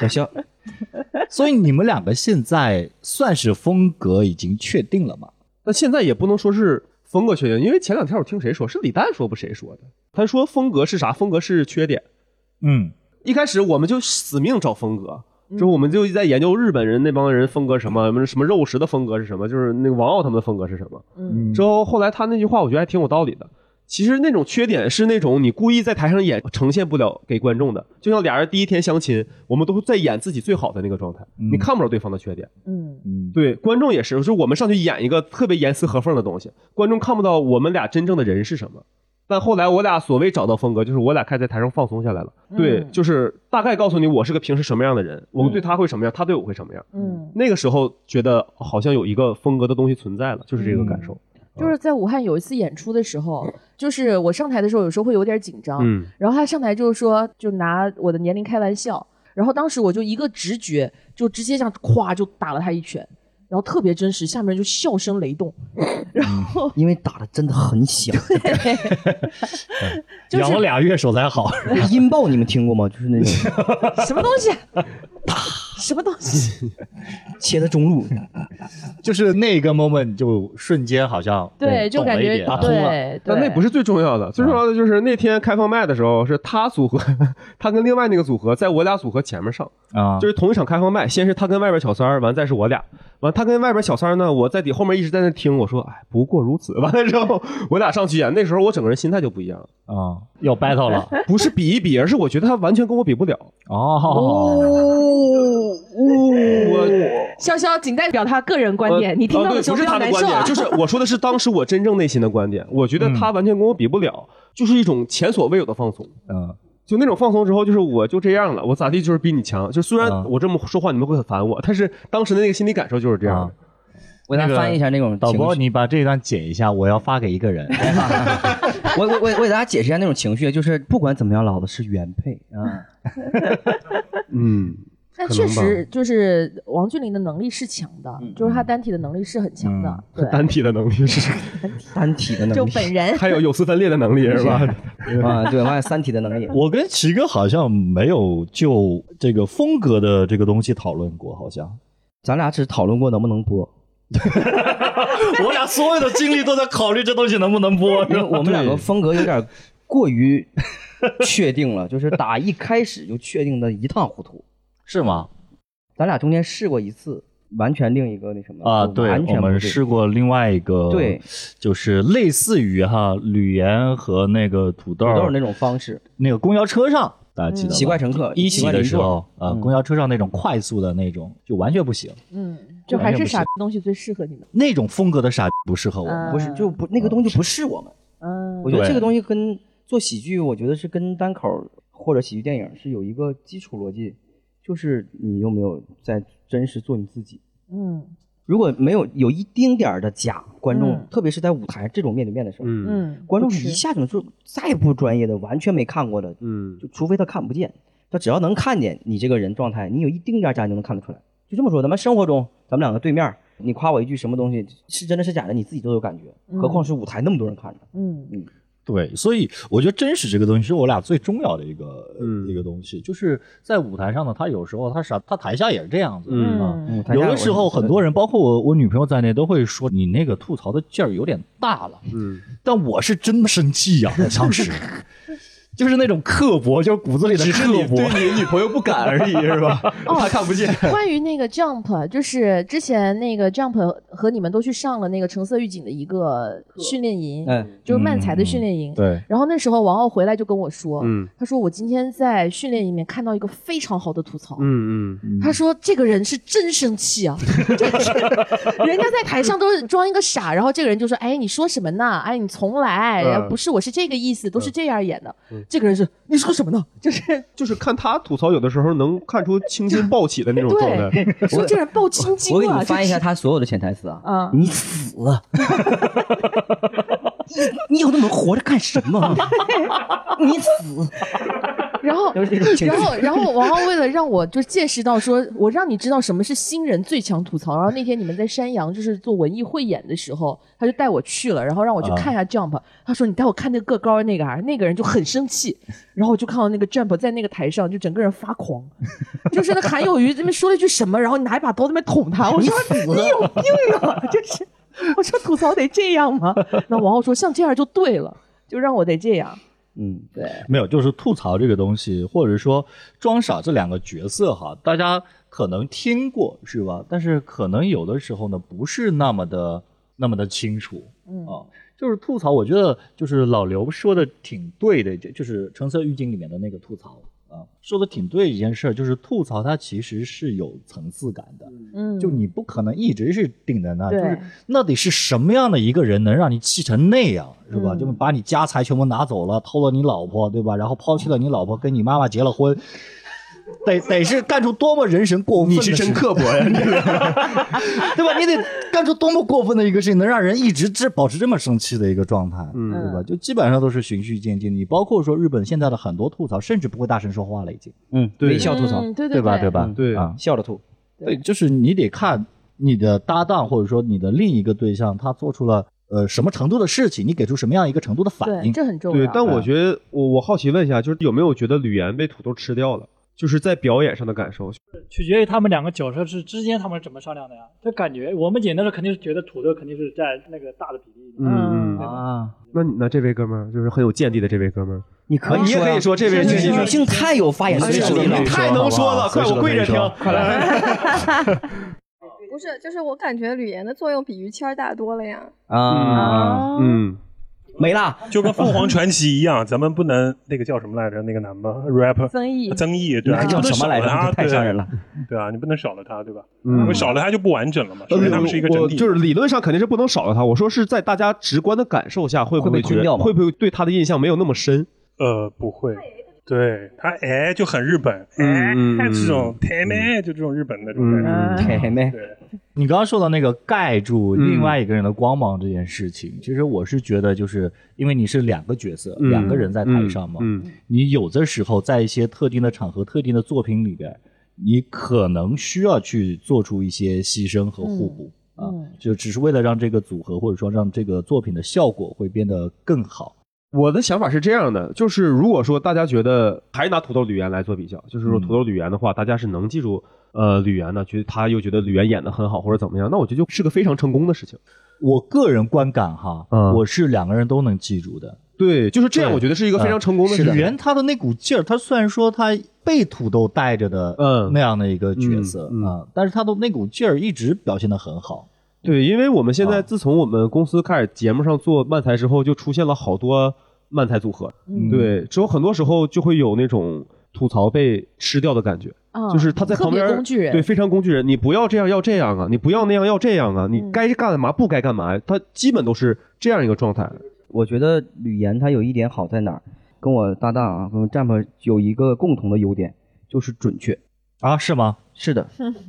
小潇
所以你们两个现在算是风格已经确定了吗？
那现在也不能说是风格确定，因为前两天我听谁说，是李诞说不谁说的，他说风格是啥？风格是缺点。
嗯，
一开始我们就死命找风格，之后我们就在研究日本人那帮人风格什么，什么肉食的风格是什么，就是那个王傲他们的风格是什么。
嗯
之后后来他那句话，我觉得还挺有道理的。其实那种缺点是那种你故意在台上演呈现不了给观众的，就像俩人第一天相亲，我们都是在演自己最好的那个状态，
嗯
你看不着对方的缺点。
嗯，
嗯，
对，观众也是，就是我们上去演一个特别严丝合缝的东西，观众看不到我们俩真正的人是什么。但后来我俩所谓找到风格，就是我俩开始在台上放松下来了。对，
嗯
就是大概告诉你我是个平时什么样的人，我对他会什么样，他对我会什么样。
嗯
那个时候觉得好像有一个风格的东西存在了，就是这个感受。
就是在武汉有一次演出的时候，就是我上台的时候有时候会有点紧张，
嗯
然后他上台就是说，就拿我的年龄开玩笑，然后当时我就一个直觉，就直接这样咵就打了他一拳，然后特别真实，下面就笑声雷动，
哦
因为打的真的很响。
就是
养了俩月手才好，
音爆你们听过吗？就是那种
什么东西，啊 什么东西，
切的中路，
就是那个 moment 就瞬间好像
对，
嗯
就
懂
感
了一
觉
点啊
对对，
但那不是最重要的，最重要的就是那天开放麦的时候，是他组合， 他跟另外那个组合在我俩组合前面上，
啊，
就是同一场开放麦，先是他跟外边小三儿，完再是我俩，完他跟外边小三儿呢，我在底后面一直在那听，我说哎，不过如此。 完了之后，我俩上去演，那时候我整个人心态就不一样了，
啊要 battle 了
不是比一比，而是我觉得他完全跟我比不了。
哦，
我
潇潇仅代表他个人观点，
呃
你听到
哦对
的时候
不是
要
他的
难
观
受啊
点，就。是我说的是当时我真正内心的观点，我觉得他完全跟我比不了，就是一种前所未有的放松。
嗯
就那种放松之后，就是我就这样了，我咋地就是比你强。就虽然
啊
我这么说话你们会很烦我，但是当时的那个心理感受就是这样的。
我给大
那
家
个
翻译一下那种
导
情
播
绪。
你把这段剪一下，我要发给一个人，
我我我我给大家解释一下那种情绪，就是不管怎么样，老子是原配啊。
嗯，
但
可
确
能吧
实，就是王俊霖的能力是强的，
嗯
就是他单体的能力是很强的。对，
嗯单体的能力是，
单体的能
就
力
本人
还有有丝分裂的能力是吧？
啊，对，我还有三体的能力。
我跟奇哥好像没有就这个风格的这个东西讨论过，好像。
咱俩只讨论过能不能播，
我俩所有的精力都在考虑这东西能不能播，
因为我们两个风格有点过于确定了，就是打一开始就确定的一塌糊涂。
是吗？
咱俩中间试过一次，完全另一个那什么
啊，
就
对，
完全
我
不对
们试过另外一个，
对，
就是类似于哈吕岩和那嗯个土豆
土豆
儿
那种方式，
那个公交车上，大家记得吧
奇怪乘客
一
呃奇
起
怪
的
邻
时
座
候啊，
嗯
公交车上那种快速的那种就完全不行，
嗯，就还是傻逼东西最适合你们。
那种风格的傻不适合我们。
嗯
不是就不那个东西就不是我们。
嗯，
我觉得
对
这个东西跟做喜剧，我觉得是跟单口或者喜剧电影是有一个基础逻辑，就是你有没有在真实做你自己。
嗯
如果没有有一丁点儿的假，观众、
嗯
特别是在舞台这种面对面的时候，
嗯
嗯，
观众
不吃
一下就能就再不专业的，完全没看过的，
嗯
就除非他看不见，他只要能看见你这个人状态，你有一丁点儿假，你就能看得出来。就这么说，咱们生活中，咱们两个对面儿，你夸我一句什么东西是真的是假的，你自己都有感觉，何况是舞台那么多人看着。
嗯
对，所以我觉得真实这个东西是我俩最重要的一个、呃
嗯
一个东西，就是在舞台上呢，他有时候他傻，他台下也是这样子，
嗯
啊。
嗯
嗯台
有
下
的
我
时候，
觉得
很多人，包括我，我女朋友在内，都会说你那个吐槽的劲儿有点大了。
嗯，
但我是真的生气呀、当 时就是那种刻薄，就是骨子里的
只是你
刻薄。
对你女朋友不敢而已是吧？她看不见。
嗯
关于那个 Jump，就是之前那个 Jump 和你们都去上了那个橙色预警的一个训练营，
嗯，
就是漫才的训练营。
对，
然后那时候王傲回来就跟我说，
嗯
他说我今天在训练营里面看到一个非常好的吐槽，
嗯嗯
他说这个人是真生气啊， 就是人家在台上都是装一个傻，然后这个人就说，哎，你说什么呢？哎，你从来、
嗯
不是，我是这个意思，都是这样演的。这个人是你说什么呢？就是
就是看他吐槽，有的时候能看出青 筋暴起的那种状态。
对，说这人爆青筋
我给你
了，
们翻译一下
就是
他所有的潜 台词啊。
啊。
你死！你你有那么活着干什么？你死！
然后，
就是这种情绪
然后，然后王浩为了让我就见识到说，我让你知道什么是新人最强吐槽。然后那天你们在山羊就是做文艺汇演的时候，他就带我去了，然后让我去
啊
看一下 Jump、他说你带我看那个个高的那个啊，那个人就很生气。然后我就看到那个 Jump 在那个台上就整个人发狂，就是那韩有余这边说了一句什么，然后你拿一把刀在那边捅他。我说你有病啊， 就是我说吐槽得这样吗？那王浩说像这样就对了，就让我得这样。
嗯，
对，
没有，就是吐槽这个东西，或者说装傻这两个角色哈，大家可能听过是吧？但是可能有的时候呢，不是那么的那么的清楚
嗯
啊。就是吐槽，我觉得就是老刘说的挺对的，就是《橙色预警》里面的那个吐槽啊，说的挺对一件事儿，就是吐槽它其实是有层次感的。
嗯，
就你不可能一直是定在
啊
那，就
对
是那得是什么样的一个人能让你气成那样，是吧？
嗯
就把你家财全部拿走了，偷了你老婆，对吧？然后抛弃了你老婆，跟你妈妈结了婚，得得是干出多么人神过分
你
的事
是
情，
真刻薄呀！你
对吧？你得干出多么过分的一个事情，能让人一直这保持这么生气的一个状态，
嗯
对吧？就基本上都是循序渐进。你包括说日本现在的很多吐槽，甚至不会大声说话了，已经，
嗯，
对
微笑吐槽，
嗯对
对吧？
对
对吧
嗯？
对
啊，
笑着吐，
对，就是你得看你的搭档或者说你的另一个对象，他做出了呃什么程度的事情，你给出什么样一个程度的反
对，啊
应。
这很重
对
要，。
但我觉得我我好奇问一下，就是有没有觉得吕岩被土豆吃掉了？就是在表演上的感受，
取决于他们两个角色是之间他们是怎么商量的呀。这感觉
嗯
我们姐那时候肯定是觉得土豆肯定是在那个大的比例里面，
嗯嗯，
嗯
啊，
那你那这位哥们儿就是很有见地的这位哥们儿，
你啊可以
啊你也可以说这位
这
这位
女性太有发言
哎呀
权利了
你。太能说了快我跪着听快
来，
不是，就是我感觉吕岩的作用比于谦儿大多了呀。
啊，
啊，
嗯，
没啦，
就跟凤凰传奇一样，咱们不能那个叫什么来着？那个男的 rapper
增益
曾毅，
你
对啊，
还
你
叫
不能
什么
少
来
了
着？
他，
这太
对
伤人
啊，
了。
对啊，你不能少了他，对吧？
嗯呃
因为少了他就不完整了嘛，首先他们是一个整
我
体，
就是理论上肯定是不能少了他。我说是在大家直观的感受下，会不
会被
觉
吞掉
得
吗
会不会对他的印象没有那么深？
呃，不会，对他哎就很日本，哎
嗯嗯嗯
这种太妹就这种日本的这种感
嗯
觉，
嘿妹，
对，
你刚刚说到那个盖住
嗯
另外一个人的光芒这件事情，其实我是觉得，就是因为你是两个角色，
嗯
两个人在台上嘛，
嗯，
你有的时候在一些特定的场合、特定的作品里边，你可能需要去做出一些牺牲和互补、啊，
嗯
就只是为了让这个组合或者说让这个作品的效果会变得更好。
我的想法是这样的，就是如果说大家觉得还是拿土豆吕岩来做比较，就是说
嗯
土豆吕岩的话，大家是能记住呃吕岩的，觉得他又觉得吕岩演的很好或者怎么样，那我觉得就是个非常成功的事情。
我个人观感哈，
嗯
我是两个人都能记住的。
对，就是这样，
对啊
我觉得是一个非常成功的事
是
情。
人他的那股劲儿，他虽然说他被土豆带着的，
嗯
那样的一个角色啊、
嗯嗯
但是他的那股劲儿一直表现的很好。
对，因为我们现在
啊
自从我们公司开始节目上做漫才之后，就出现了好多漫才组合。
嗯，
对，之后很多时候就会有那种吐槽被吃掉的感觉，
啊
就是他在
特
旁
别
边
工具人
对，非常工具人。你不要这样，要这样啊！你不要那样，要这样啊！你
嗯
该干嘛不该干嘛，他基本都是这样一个状态。
我觉得吕岩他有一点好在哪儿，跟我搭档啊，跟占卜有一个共同的优点，就是准确。
啊，是吗？
是的，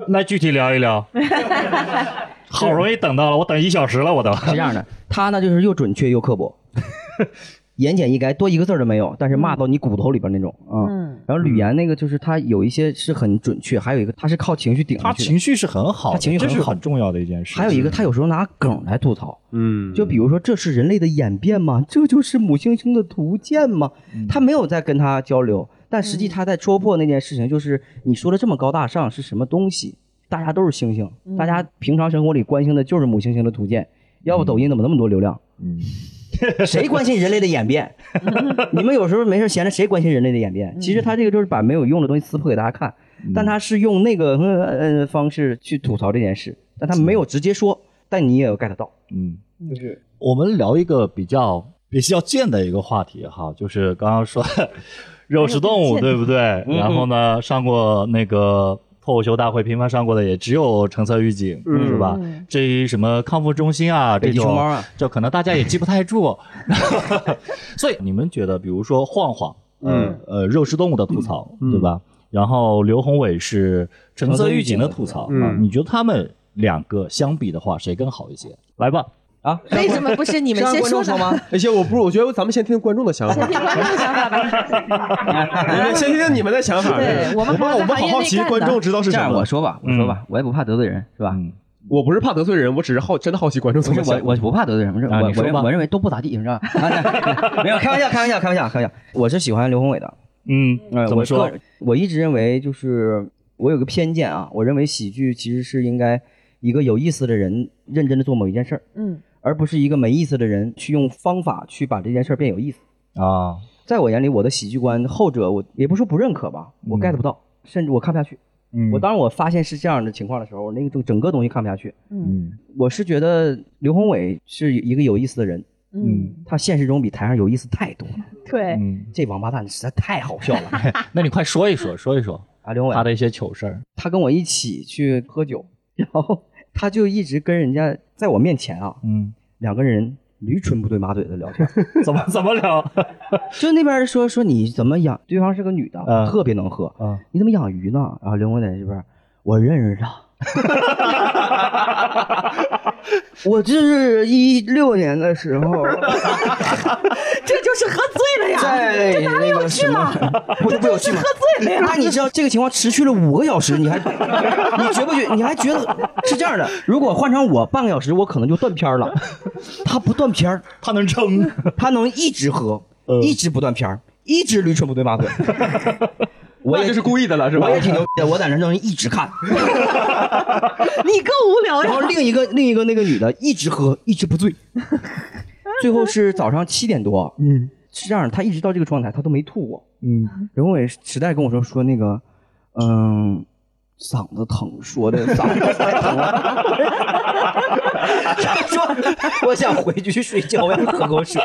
那具体聊一聊。 好容易等到了，我等一小时了，我都。
是这样的，他呢就是又准确又刻薄，言简意赅，多一个字儿都没有，但是骂到你骨头里边那种啊。
嗯
然后吕岩那个就是他有一些是很准确，还有一个他是靠情绪顶
他
上去的。
情绪是很好的，
他情绪
这
很
是
好
很重要的一件事情。
还有一个，他有时候拿梗来吐槽，
嗯，
就比如说这是人类的演变吗？这就是母猩猩的图鉴吗？他没有在跟他交流，但实际他在戳破那件事情，就是你说的这么高大上是什么东西？大家都是猩猩，大家平常生活里关心的就是母猩猩的图鉴，要不抖音怎么那么多流量？
嗯，
谁关心人类的演变？你们有时候没事闲着，谁关心人类的演变？其实他这个就是把没有用的东西撕破给大家看，但他是用那个呃呃呃方式去吐槽这件事，但他没有直接说，但你也有 get 到。
嗯，我们聊一个比较比较贱的一个话题哈，就是刚刚说的肉食动物，对不对？然后呢，上过那个脱口秀大会频繁上过的也只有橙色预警，
嗯
是吧？
嗯
至于什么康复中心啊，这
北极
种
熊猫啊，
就可能大家也记不太住。 所以你们觉得，比如说晃晃，
嗯
呃呃，肉食动物的吐槽，
嗯
对吧？然后刘宏伟是橙色预警的吐槽，
嗯
啊你觉得他们两个相比的话，谁更好一些？来吧，
啊，
为什么不 是你啊们
是让
先
观众
说的？
说吗？
而哎且我不是，我觉得咱们先听听观众的想 法，
观众想法吧。
你们先听听你们的想法。
对我们还
我
要
们
在
好好
行业
奇
内干
观
呢
众知道是
这
什
样我
么。
说吧，我说吧，我也不怕得罪人，是吧？
嗯
我不是怕得罪人，我只是好真的好奇观众怎
不
么
是我
想，。
我不怕得罪人，不是
啊
我
你
我
说吧
认我认为都不咋地，是吧？ 啊没有，开玩笑，开玩笑，开玩笑，开玩笑。我是喜欢刘宏伟的，
嗯
呃，
怎么
我
说
个人？我一直认为就是我有个偏见啊，我认为喜剧其实是应该一个有意思的人认真的做某一件事儿，
嗯
而不是一个没意思的人去用方法去把这件事儿变有意思。
啊？
在我眼里，我的喜剧观后者我也不是说不认可吧，我
嗯
get 不到，甚至我看不下去。
嗯
我当我发现是这样的情况的时候，我那个整整个东西看不下去。
嗯
嗯
我是觉得刘宏伟是一个有意思的人，
嗯，
他现实中比台上有意思太多了。
对，
嗯，
这王八蛋实在太好笑 了
那你快说一说，说一说
啊！刘宏伟
他的一些糗事儿。
他跟我一起去喝酒，然后他就一直跟人家在我面前啊，
嗯
两个人驴唇不对马嘴的聊 天，
怎么怎么聊？
就那边说说你怎么养，对方是个女的，
嗯
特别能喝，
嗯
你怎么养鱼呢？然后刘文在这边，我认识 他， 我这是一六年的时 候，
这就是喝醉了呀，
在
这哪里
那
有
个
趣
什么
了？，
不是不有趣吗？
喝醉了呀
那你知道这个情况持续了五个小时，你还你觉不觉？你还觉得是这样的？如果换成我半个小时，我可能就断片儿了。他不断片儿，
他能撑，
他能一直喝，
嗯
一直不断片儿，一直驴唇不对马嘴。我
那
也
就是故意的了，是吧
我？也挺牛逼的，我在那扔一直看，
你更无 聊
然后
呀！
另一个另一个那个女的一直喝，一直不醉，最后是早上七点多，
嗯
是这样，她一直到这个状态，她都没吐过。
嗯，
任伟时代跟我说说那个，嗯，嗓子疼，说的嗓子太疼了。 说我想回去去睡觉，我想喝口水。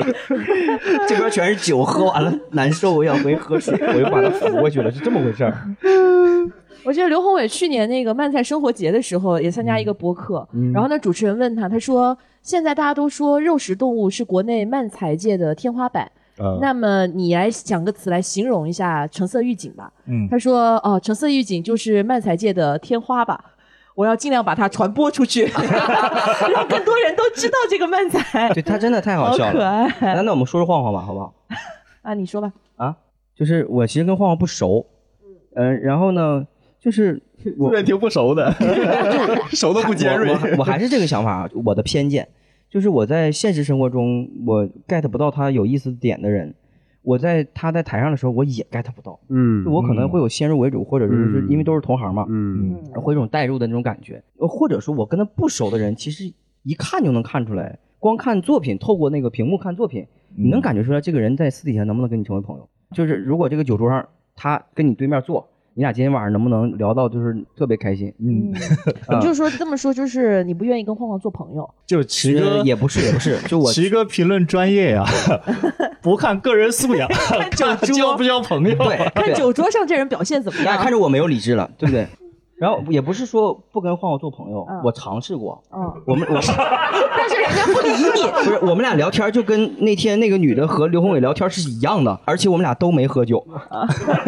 这边全是酒，喝完了难受，我想回去喝水，我又把它扶过去了，是这么回事儿。
我记得刘宏伟去年那个漫菜生活节的时候也参加一个播客，然后呢主持人问他，他说现在大家都说肉食动物是国内漫才界的天花板，
呃
那么你来想个词来形容一下橙色预警吧。
嗯
他说哦，橙色预警就是漫才界的天花吧。我要尽量把它传播出去， 让更多人都知道这个漫才。
对他真的太好
好
笑
可
了。
爱
那那我们说说晃晃吧，好不好？
啊！你说吧，
就是我其实跟晃晃不熟，嗯、然后呢， 就是我
然挺不熟的，
熟的不尖锐
我。我我还是这个想法啊，我的偏见就是我在现实生活中我 get 不到他有意思点的人，我在他在台上的时候我也 get 不到，
嗯
就我可能会有先入为主，或者就是
嗯
因为都是同行嘛，
嗯
会有一种代入的那种感觉，呃或者说我跟他不熟的人，其实一看就能看出来，光看作品，透过那个屏幕看作品，
嗯
你能感觉出来这个人在私底下能不能跟你成为朋友。就是如果这个酒桌上他跟你对面坐，你俩今天晚上能不能聊到就是特别开心？
嗯，
啊
你就说这么说，就是你不愿意跟晃晃做朋友。
就奇哥
也不是也不是， 就我
奇哥评论专业呀，不看个人素养，看交不交朋友，
对
看
对，
酒桌上这人表现怎么
大
样？
家看着我没有理智了，对不对？然后也不是说不跟晃晃做朋友
嗯，
我尝试过，
嗯，
我们我们
但是人家不理你。
不是我们俩聊天就跟那天那个女的和刘宏伟聊天是一样的，而且我们俩都没喝酒。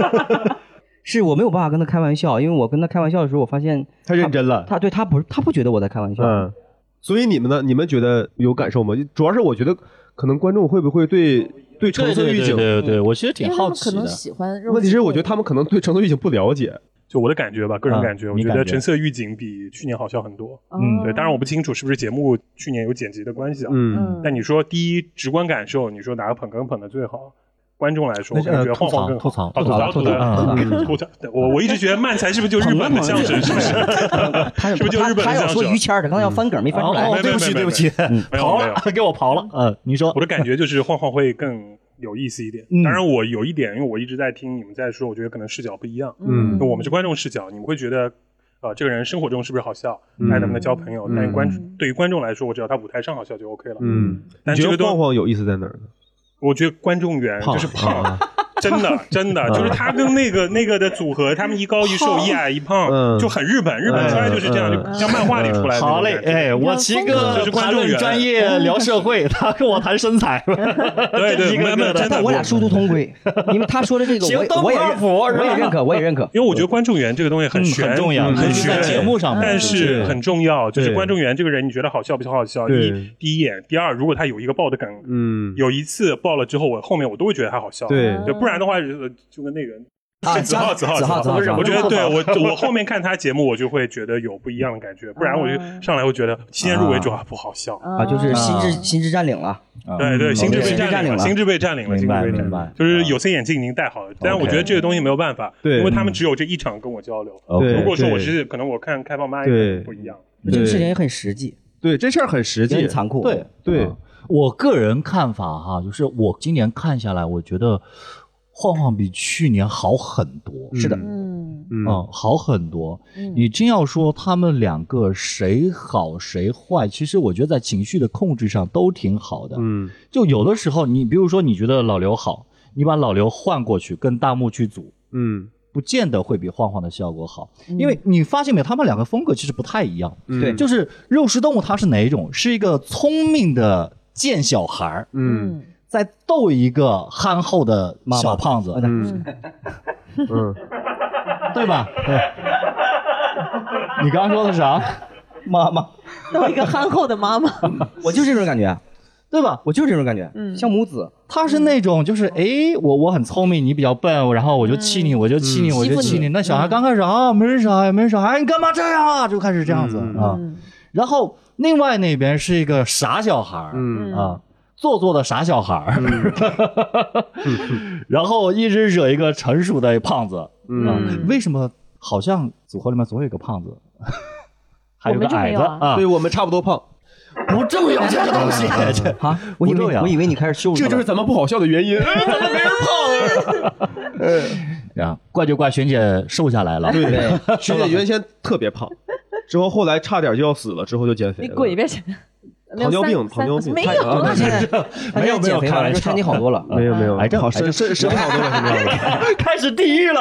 是我没有办法跟他开玩笑，因为我跟他开玩笑的时候，我发现
太认真了。
他对他不是他不觉得我在开玩笑，
嗯，所以你们呢？你们觉得有感受吗？主要是我觉得，可能观众会不会对对橙
对
色
对
预
对
警？
对对，我其实
因
挺
为他
好
们
奇
可能
的。
喜欢肉食动物。
问题是，我觉得他们可能对橙色预警不了解。
就我的感觉吧，个人
啊
感觉，我
你
觉
感
得
觉
橙色预警比去年好笑很多。
哦
嗯
对，当然我不清楚是不是节目去年有剪辑的关系啊。
嗯，
但你说第一直观感受，你说哪个捧哏捧的最好？观众来说，
那
我
是
感觉
呃
晃晃更
吐
好
槽
啊
吐槽
槽
吐槽嗯
槽
吐槽
吐槽。对我我一直觉得慢才是不是就是日本的相声？是不是？
他
是不是就是日本
他
人
要
这
说
样
于谦儿，他刚才要翻梗没翻出来。
哦，对不起，对不起，刨了，给我刨了。嗯，你说
我的感觉就是晃晃会更有意思一点
嗯。
当然，我有一点，因为我一直在听你们在说，我觉得可能视角不一样。
嗯
那我们是观众视角，你们会觉得，呃，这个人生活中是不是好笑，
嗯
还能不能交朋友？
嗯
但观对于观众来说，我只要他舞台上好笑就 OK 了。
嗯，
但
你
这
觉
个
得
都
晃晃有意思在哪儿呢？
我觉得观众缘就是
啊
胖，真的真的
嗯
就是他跟那个那个的组合，他们一高一瘦，一矮一胖，
嗯
就很日本，日本出来就是这样，
嗯
就像漫画里出来的。
好嘞，，哎，我奇哥谈论专
哦
业聊社会， 他跟我谈身材，
对对，
一个
慢慢
个的
真的
但我俩殊途同归，因为他说的这个我
行
也
都
我也
靠
认
谱
我
是吧
也认可，我也认可。
因为我觉得观众缘这个东西很
嗯
玄，
很重要尤
嗯很
其是在
玄。
节目上面
但是
对
很重要，就是
对
观众缘这个人，你觉得好笑不好笑？
对
一第一眼，第二，如果他有一个爆的梗，
嗯，
有一次爆了之后，我后面我都会觉得他好笑。
对
对，不然的话就就跟那个
啊，
子浩子浩
子浩
子
子浩子浩
我觉得对我我后面看他节目，我就会觉得有不一样的感觉，不然我就上来会觉得先入为主啊不好笑。
啊，就是心智
啊
心智占领了。
对
嗯
嗯
对，心智被占领了，心
心
智被占领了，
明
心智
白
被占
明
领了
白，
就是有色眼镜已经戴好了，但是我觉得这个东西没有办法，
对
因为他们只有这一场跟我交流。
嗯对
如果说
对
我是可能我看开放麦
对
不一样，
这个
对
事情也很实际，
对，这事儿很实
也
际
很，残酷。
对
对
啊我个人看法哈，就是我今年看下来，我觉得晃晃比去年好很多。
是的，
嗯
嗯
嗯，好很多。
嗯
你真要说他们两个谁好谁坏，其实我觉得在情绪的控制上都挺好的。
嗯
就有的时候，你比如说你觉得老刘好，你把老刘换过去跟大木去组，
嗯
不见得会比晃晃的效果好，
嗯
因为你发现没有，他们两个风格其实不太一样。
嗯
对
就是肉食动物它是哪一种？是一个聪明的贱小孩儿，
嗯，
再逗一个憨厚的小胖子，
嗯嗯，
对吧？对。你刚刚说的是啥？ 妈妈，
逗一个憨厚的妈妈。
我就是这种感觉，啊
对吧？
我就是这种感觉，
嗯
像母子，
他是那种就是哎，我我很聪明，你比较笨，然后我就气你，我就气你，
嗯嗯
我就
欺
气
负你
你。那小孩刚开始啊，没啥呀，没啥，哎，你干嘛这样啊？就开始这样子
嗯
啊。
嗯
然后另外那边是一个傻小孩儿，
嗯
啊，做作的傻小孩儿，
嗯
然后一直惹一个成熟的胖子。啊
嗯，
为什么好像组合里面总有一个胖子， 还有个
我们就没
矮
有
子
啊
啊
对？我们差不多胖，
不重要这个东 西，这
啊，我以
不重
为
要
我以为你开始羞辱他
这
了，
就是咱们不好笑的原 因。咱们没人胖啊。
啊，怪就怪璇姐瘦下来了。 对
对，
学姐原先特别胖，之后后来差点就要死了，之后就减肥
你
了。
滚一边去！
糖尿病，糖尿病，
没
太
有
啊
啊，
他现在减肥
开
了，
玩
就
笑
身体好 多了，
没有没有，
癌症
好
癌症
身身身体好多了，身体好多了。
开始地狱了。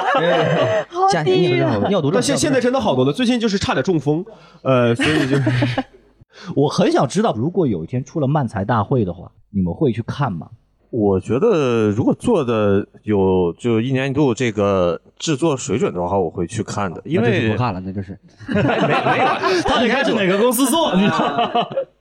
好
加
低呀
你身体好多，尿毒症，
但现现在真的好多了，最近就是差点中风，呃，所以就是
我很想知道，如果有一天出了漫才大会的话，你们会去看吗？
我觉得如果做的有就一年一度这个制作水准的话，我会去看的，因
那就是
为
不看了，那就是
哎啊 他得看是哪个公司做，你知道吗？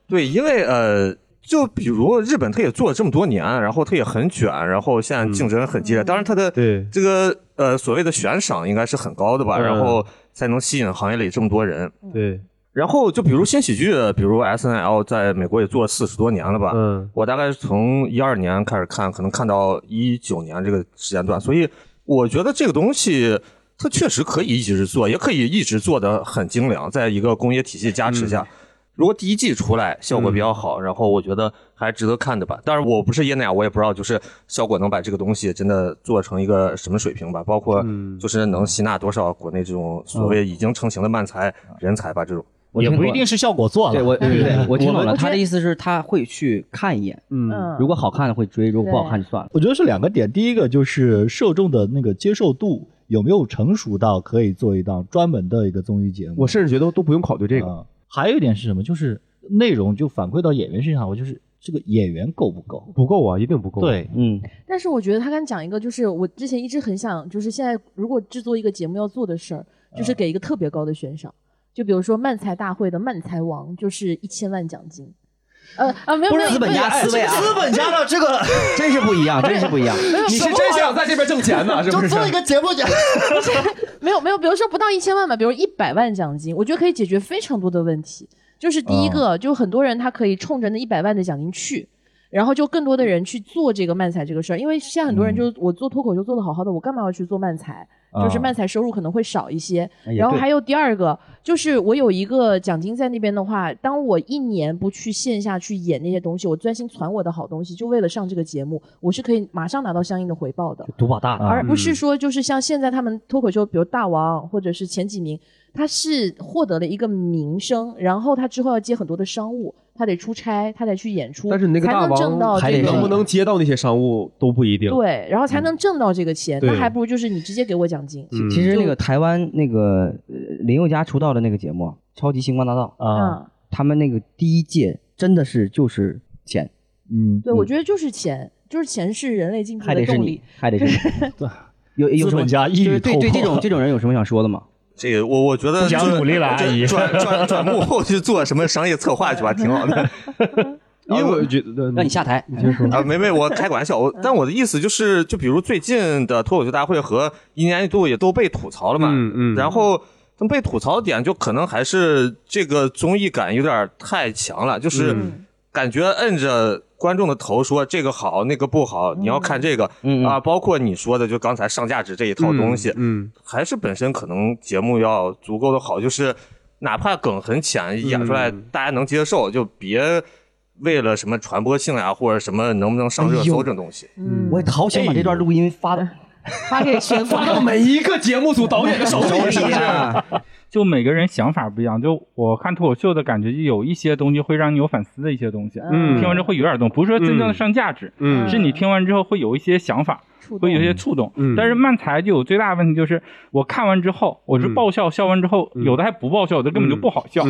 对，因为呃，就比如日本，它也做了这么多年，然后它也很卷，然后现在竞争很激烈。当然，它的
嗯对
这个呃所谓的悬赏应该是很高的吧，
嗯
然后才能吸引行业里这么多人。
对，
然后就比如新喜剧，比如 S N L 在美国也做了四十多年了吧，
嗯
我大概是从一二年开始看，可能看到一九年这个时间段，所以我觉得这个东西它确实可以一直做，也可以一直做得很精良，在一个工业体系加持下。如果第一季出来效果比较好，然后我觉得还值得看的吧。但是我不是业内啊，我也不知道就是效果能把这个东西真的做成一个什么水平吧，包括就是能吸纳多少国内这种所谓已经成型的漫才人才吧，这种。
我
也
听
不
懂
一
了
定是效果做了。
对 我对对，我听懂了，
我觉
他
得
的意思是他会去看一眼，
嗯
嗯，
如果好看会追，如果不好
对
看就算了。
我觉得是两个点，第一个就是受众的那个接受度有没有成熟到可以做一档专门的一个综艺节目。
我甚至觉得都不用考虑这个，
啊还有一点是什么？就是内容就反馈到演员身上，我就是这个演员够不够？
不够啊，一定不够。，
对，
嗯，
但是我觉得他刚讲一个，就是我之前一直很想，就是现在如果制作一个节目要做的事儿，
嗯
就是给一个特别高的悬赏，就比如说漫才大会的漫才王就是一千万奖金。呃啊，没有没有，
资本家思维啊，
资本家哎的这个
真是不一样，真是不一样。
你是真想在这边挣钱呢，是不是？
个节目讲，
没有没有，比如说不到一千万吧，比如一百万奖金，我觉得可以解决非常多的问题。就是第一
嗯
个，就很多人他可以冲着那一百万的奖金去，然后就更多的人去做这个漫才这个事儿，因为现在很多
嗯
人就是我做脱口秀做的好好的，我干嘛要去做漫才？就是漫才收入可能会少一些。
哎也
然后
对
还有第二个，就是我有一个奖金在那边的话，当我一年不去线下去演那些东西，我专心传我的好东西，就为了上这个节目，我是可以马上拿到相应的回报的。
赌把大
啊
啊的，
而不
嗯
是说就是像现在他们脱口秀，比如大王或者是前几名，他是获得了一个名声，然后他之后要接很多的商务，他得出差，他得去演出，
但是你那个
才
大
能挣到
王
这
还得
个
能不能接到那些商务都不一定。
对，然后才能挣到这个钱，
对
那还不如就是你直接给我奖
嗯
金。
其实那个台湾那个呃林宥嘉出道的那个节目《啊超级星光大道》，
啊，
嗯，
他们那个第一届真的是就是钱，
嗯，
对，我觉得就是钱，就是钱是人类进步
还得
的
是
动
你
力。，
还得是 你。有有
资
什么
本家一
就是
语
对
透
对
破
这种这种人有什么想说的吗？
这个我我觉得
不想
就是
努力了阿
就
姨
转转转幕后去做什么商业策划去吧，挺好的。
因为我觉得嗯
让你下台，
啊，没没，我开个玩笑，我但我的意思就是，就比如最近的脱口秀大会和一年一度也都被吐槽了嘛，
嗯嗯
然后他们被吐槽的点就可能还是这个综艺感有点太强了，就是
嗯
感觉摁着观众的头说这个好那个不好，你要看这个、
嗯嗯
啊，包括你说的就刚才上价值这一套东西，
嗯，
还是本身可能节目要足够的好，就是哪怕梗很浅，演出来
嗯
大家能接受，就别为了什么传播性啊，或者什么能不能上热搜这种东西。
嗯，
我好想把这段录音发
发给全国
到每一个节目组导演 的手里，是不是？
呀。
就每个人想法不一样。就我看脱口秀的感觉，就有一些东西会让你有反思的一些东西，
嗯
听完之后会有点动，不是说真正的上价值，
嗯
是你听完之后会有一些想法，
触动
会有一些触动。
嗯
但是漫才就有最大的问题就是，我看完之后
嗯
嗯
嗯
我是爆笑，笑完之后有的还不爆笑，有的根本就不好笑。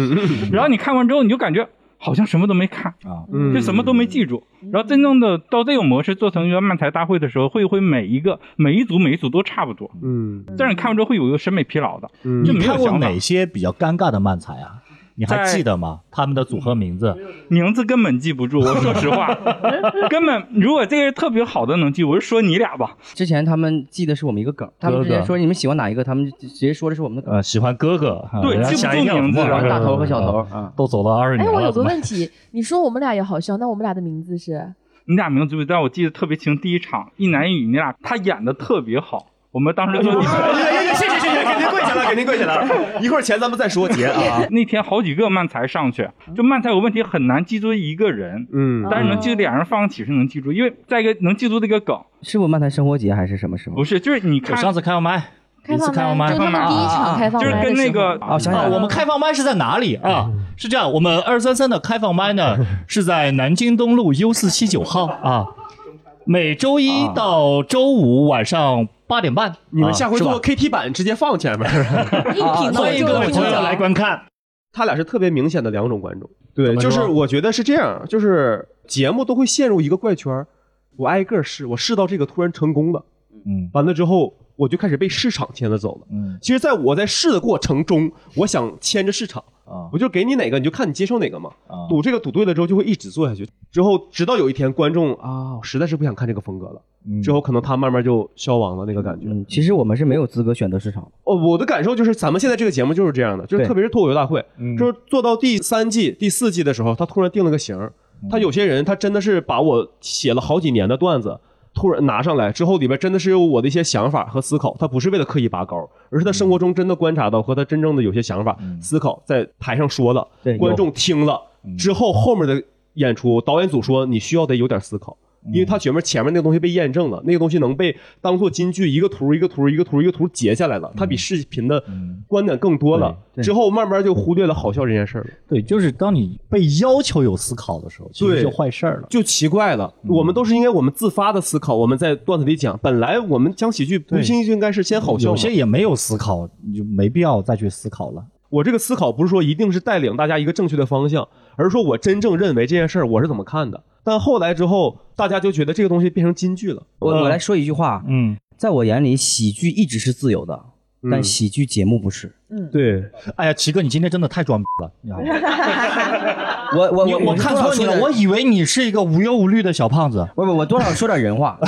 然后你看完之后你就感觉。好像什么都没看
啊
嗯
就什么都没记住。然后真正的到这种模式做成一个漫才大会的时候，会会每一个每一组每一组都差不多，
嗯，
这样你看完之后会有一个审美疲劳的，
你
就没有
看过
想法。
哪些比较尴尬的漫才啊？你还
在
记得吗？他们的组合名字？
名字根本记不住，我说实话，根本如果这个人特别好的能记，我就说你俩吧。
之前他们记得是我们一个梗，他们之前说你们喜欢哪一个，他们就直接说的是我们的梗。
呃，喜欢哥哥，啊
对
人家
记不
吓
住
一跳
名字
哇
大头和小头嗯
啊都走了二十
哎，
年了。
我有个
怎么
问题，你说我们俩也好笑，那我们俩的名字是？
你俩名字不知道，我记得特别清。第一场一男一女，你俩他演的特别好，我们当时就。
哎谢谢谢谢，给您跪下了，给您跪下了。一会儿钱咱们再说，姐啊
那天好几个漫才上去，就漫才有问题很难记住一个人，
嗯
但是能记住两人放起是能记住，因为再一个能记住这个梗，
是我漫谈生活节还是什么时候？
不是就是你看
我上次开放麦，
开放麦，就他们第一场开放麦的时候，
哦
啊，我们开放麦是在哪里啊？是这样，我们二三三的开放麦呢是在南京东路 U 四七九号嗯啊，每周一到周五晚上八点半。
你们下回
啊是吧
做个 KT 版直接放前面，啊
欢迎各位朋友来观看。
他俩是特别明显的两种观众。对，
么
就
说
是我觉得是这样，就是节目都会陷入一个怪圈儿，我挨个试，我试到这个突然成功了，
嗯，
完了之后我就开始被市场牵着走了。
嗯，
其实在我在试的过程中，我想牵着市场。
啊，
我就给你哪个，你就看你接受哪个嘛。
啊
赌这个赌对了之后，就会一直做下去。之后直到有一天，观众
哦
啊，我实在是不想看这个风格了。
嗯
之后可能他慢慢就消亡了那个感觉。
嗯，其实我们是没有资格选择市
嗯
场。
哦，我的感受就是，咱们现在这个节目就是这样的，就是
对嗯
特别是脱口秀大会，就是做到第三季、第四季的时候，他突然定了个型儿
嗯
他有些人他真的是把我写了好几年的段子，突然拿上来之后，里边真的是有我的一些想法和思考，他不是为了刻意拔高，而是他
嗯
生活中真的观察到和他真正的有些想法、思考在台上说了
对，
观众听了之后，后面的演出导演组说你需要得有点思考。
嗯
因为他前面前面那个东西被验证了，那个东西能被当做金句，一个图一个图一个图一个图截下来
嗯
了，他比视频的观点更多了。之后慢慢就忽略了好笑这件事儿了，
对，就是当你被要求有思考的时候，其实
对
就坏事儿了。
就奇怪了。
嗯
我们都是应该我们自发的思考，我们在段子里讲，本来我们讲喜剧不心就应该是先好笑嘛。
有些也没有思考，你就没必要再去思考了。
我这个思考不是说一定是带领大家一个正确的方向，而是说我真正认为这件事儿我是怎么看的。但后来之后，大家就觉得这个东西变成金句了。
我我来说一句话，
嗯，
在我眼里，喜剧一直是自由的，但喜剧节目不是。
嗯，
对。
哎呀，奇哥，你今天真的太装逼了！你好
我我
你
我
我看错你了，我以为你是一个无忧无虑的小胖子。
不不，我多少说点 人话。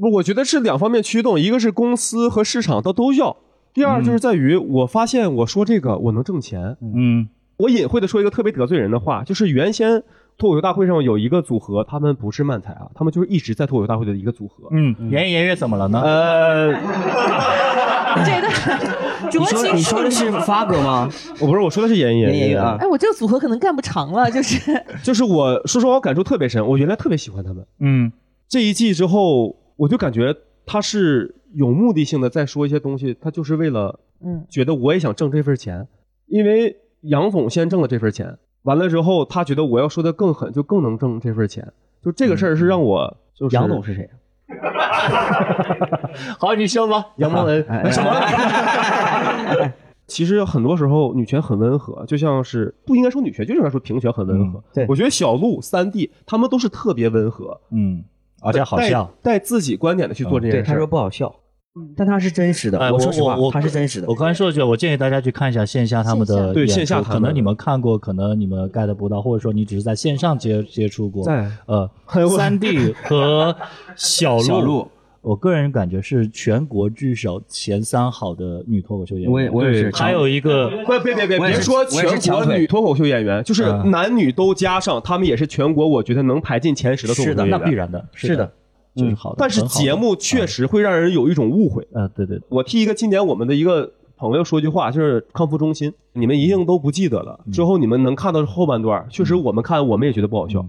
不，我觉得是两方面驱动，一个是公司和市场它都要，第二就是在于我发现我说这个我能挣钱。
嗯，
我隐晦的说一个特别得罪人的话，就是原先脱口秀大会上有一个组合，他们不是漫才啊，他们就是一直在脱口秀大会的一个组合。
嗯，言言悦怎么了呢？
呃，
这段
你说你说的是发哥吗？
我不是，我说的是言言
言言悦啊
哎，我这个组合可能干不长了，就是
就是我说实话，我感触特别深。我原来特别喜欢他们，
嗯，
这一季之后，我就感觉他是有目的性的在说一些东西，他就是为了，
嗯，
觉得我也想挣这份钱，因为杨总先挣了这份钱，完了之后，他觉得我要说的更狠，就更能挣这份钱，就这个事儿是让我就是
杨总是谁？
好，你说吧，杨蒙恩什么？
其实很多时候女权很温和，就像是不应该说女权，就应该说平权很温和。
嗯
对，我觉得小鹿、三弟他们都是特别温和，
嗯，而且好笑
带带自己观点的去做这件事。
对，他说不好笑，但他是真实的。
嗯哎，我
说实话
我我，
他是真实的。
我刚才说了句，我建议大家去看一下线下他们的演出
对线下他
可
们
能你们看过，可能你们 get 不到，或者说你只是在线上接接触过。
在
呃，三弟和小鹿，
小鹿
我个人感觉是全国至少前三好的女脱口秀演员。
我也我也是
对还有一个
别别别别
我也
别
是
说
我也是
全
强
国
腿
女脱口秀演员，就是
嗯
男女都加上，他们也是全国我觉得能排进前十的脱口秀
是的，
演
那
员。
必然的，
是
的
的，
就是好的。
但是
很好的嗯
节，目确实会让人有一种误会。
呃，对对，
我替一个今年我们的一个朋友说句话，就是康复中心，你们一定都不记得了。
嗯
之后你们能看到后半段，确实我们看我们也觉得不好
嗯
笑，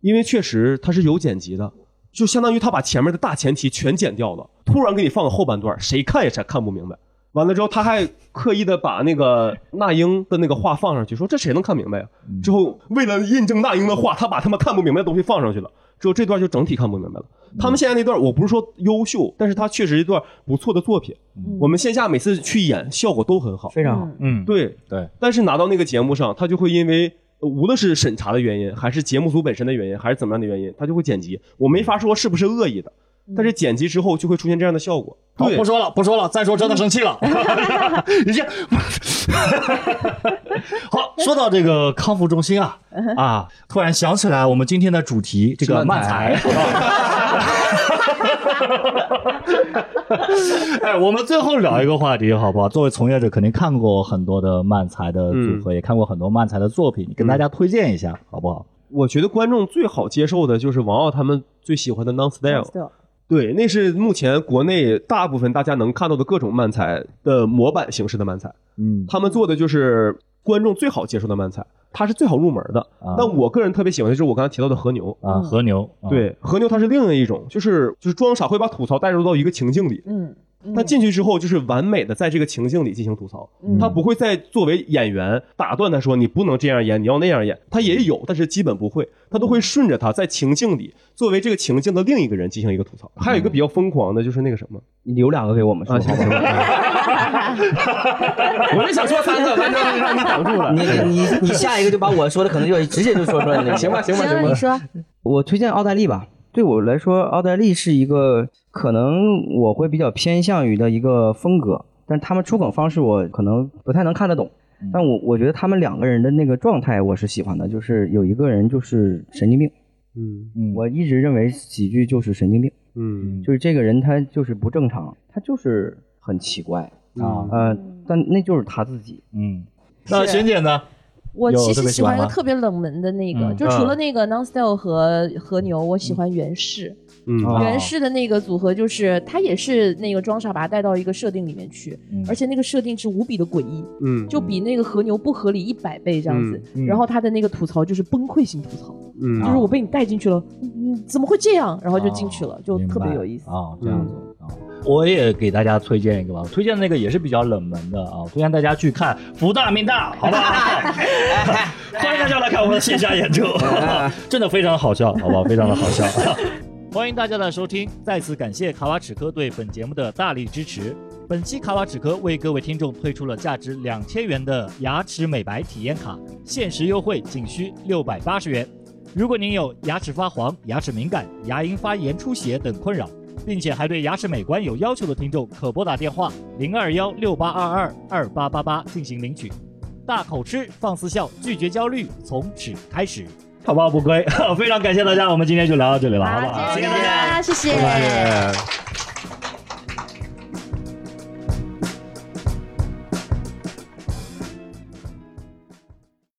因为确实它是有剪辑的，就相当于他把前面的大前提全剪掉了，突然给你放个后半段，谁看也是看不明白。完了之后，他还刻意的把那个那英的那个话放上去，说这谁能看明白呀、之后为了印证那英的话，他把他们看不明白的东西放上去了。之后这段就整体看不明白了。他们现在那段我不是说优秀，但是他确实一段不错的作品。我们线下每次去演效果都很好，
非常好。
嗯，
对
对，
但是拿到那个节目上，他就会因为呃无论是审查的原因，还是节目组本身的原因，还是怎么样的原因，他就会剪辑。我没法说是不是恶意的，但是剪辑之后就会出现这样的效果。
好不说了，不说了，再说真的生气了。 人家好，说到这个康复中心啊啊，突然想起来我们今天的主题这个漫才。哎，我们最后聊一个话题好不好？作为从业者，肯定看过很多的漫才的组合，也看过很多漫才的作品，你跟大家推荐一下好不好？
我觉得观众最好接受的就是王傲他们最喜欢的 Non Style，对，那是目前国内大部分大家能看到的各种漫才的模板形式的漫才。
嗯，
他们做的就是观众最好接受的漫才，它是最好入门的。但我个人特别喜欢的就是我刚才提到的和牛
啊，和牛，啊
对，和牛它是另一种，就是就是装傻会把吐槽带入到一个情境里。
嗯，
他进去之后就是完美的在这个情境里进行吐槽，
嗯
他不会再作为演员打断他说你不能这样演，你要那样演。他也有，但是基本不会，他都会顺着他在情境里作为这个情境的另一个人进行一个吐槽。还有一个比较疯狂的就是那个什么，
你留两个给我
啊
们说好吗？
嗯
我就想说三个，但是让你挡住了。
你你你下一个就把我说的可能就直接就说出来了。
行吧行吧行吧行你说。
我推荐奥黛丽吧。对我来说，奥黛丽是一个可能我会比较偏向于的一个风格，但他们出梗方式我可能不太能看得懂。
嗯
但我我觉得他们两个人的那个状态我是喜欢的，就是有一个人就是神经病，
嗯
嗯，
我一直认为喜剧就是神经病，
嗯，
就是这个人他就是不正常，他就是很奇怪
嗯
啊
呃，但那就是他自己，
嗯，
那是璇
姐呢？
我
有
其
特
实
别
喜
喜欢
欢一个
吗
特别冷门的那个，
嗯
就除了那个 Nonstyle 和和牛，我喜欢袁氏。
嗯
袁氏的那个组合就是他也是那个装傻，把他带到一个设定里面去，
嗯
而且那个设定是无比的诡异，
嗯
就比那个和牛不合理一百倍这样子。
嗯嗯
然后他的那个吐槽就是崩溃性吐槽，
嗯
就是我被你带进去了，嗯嗯怎么会这样？然后就进去了，就特别有意思。嗯
啊，这样子啊。我也给大家推荐一个吧，我推荐那个也是比较冷门的啊，推荐大家去看《福大命大》，好不好？欢迎大家来看我们的线下演出， 好不好真的非常好笑，好不好？非常的好笑。
欢迎大家的收听，再次感谢卡瓦齿科对本节目的大力支持。本期卡瓦齿科为各位听众推出了价值两千元的牙齿美白体验卡，限时优惠仅需六百八十元。如果您有牙齿发黄、牙齿敏感、牙龈发炎、出血等困扰，并且还对牙齿美观有要求的听众，可拨打电话零二幺六八二二二八八八进行领取。大口吃，放肆笑，拒绝焦虑，从此开始。
好不好？不亏，非常感谢大家，我们今天就聊到这里了，好不好？
谢谢
大家，谢谢。
拜拜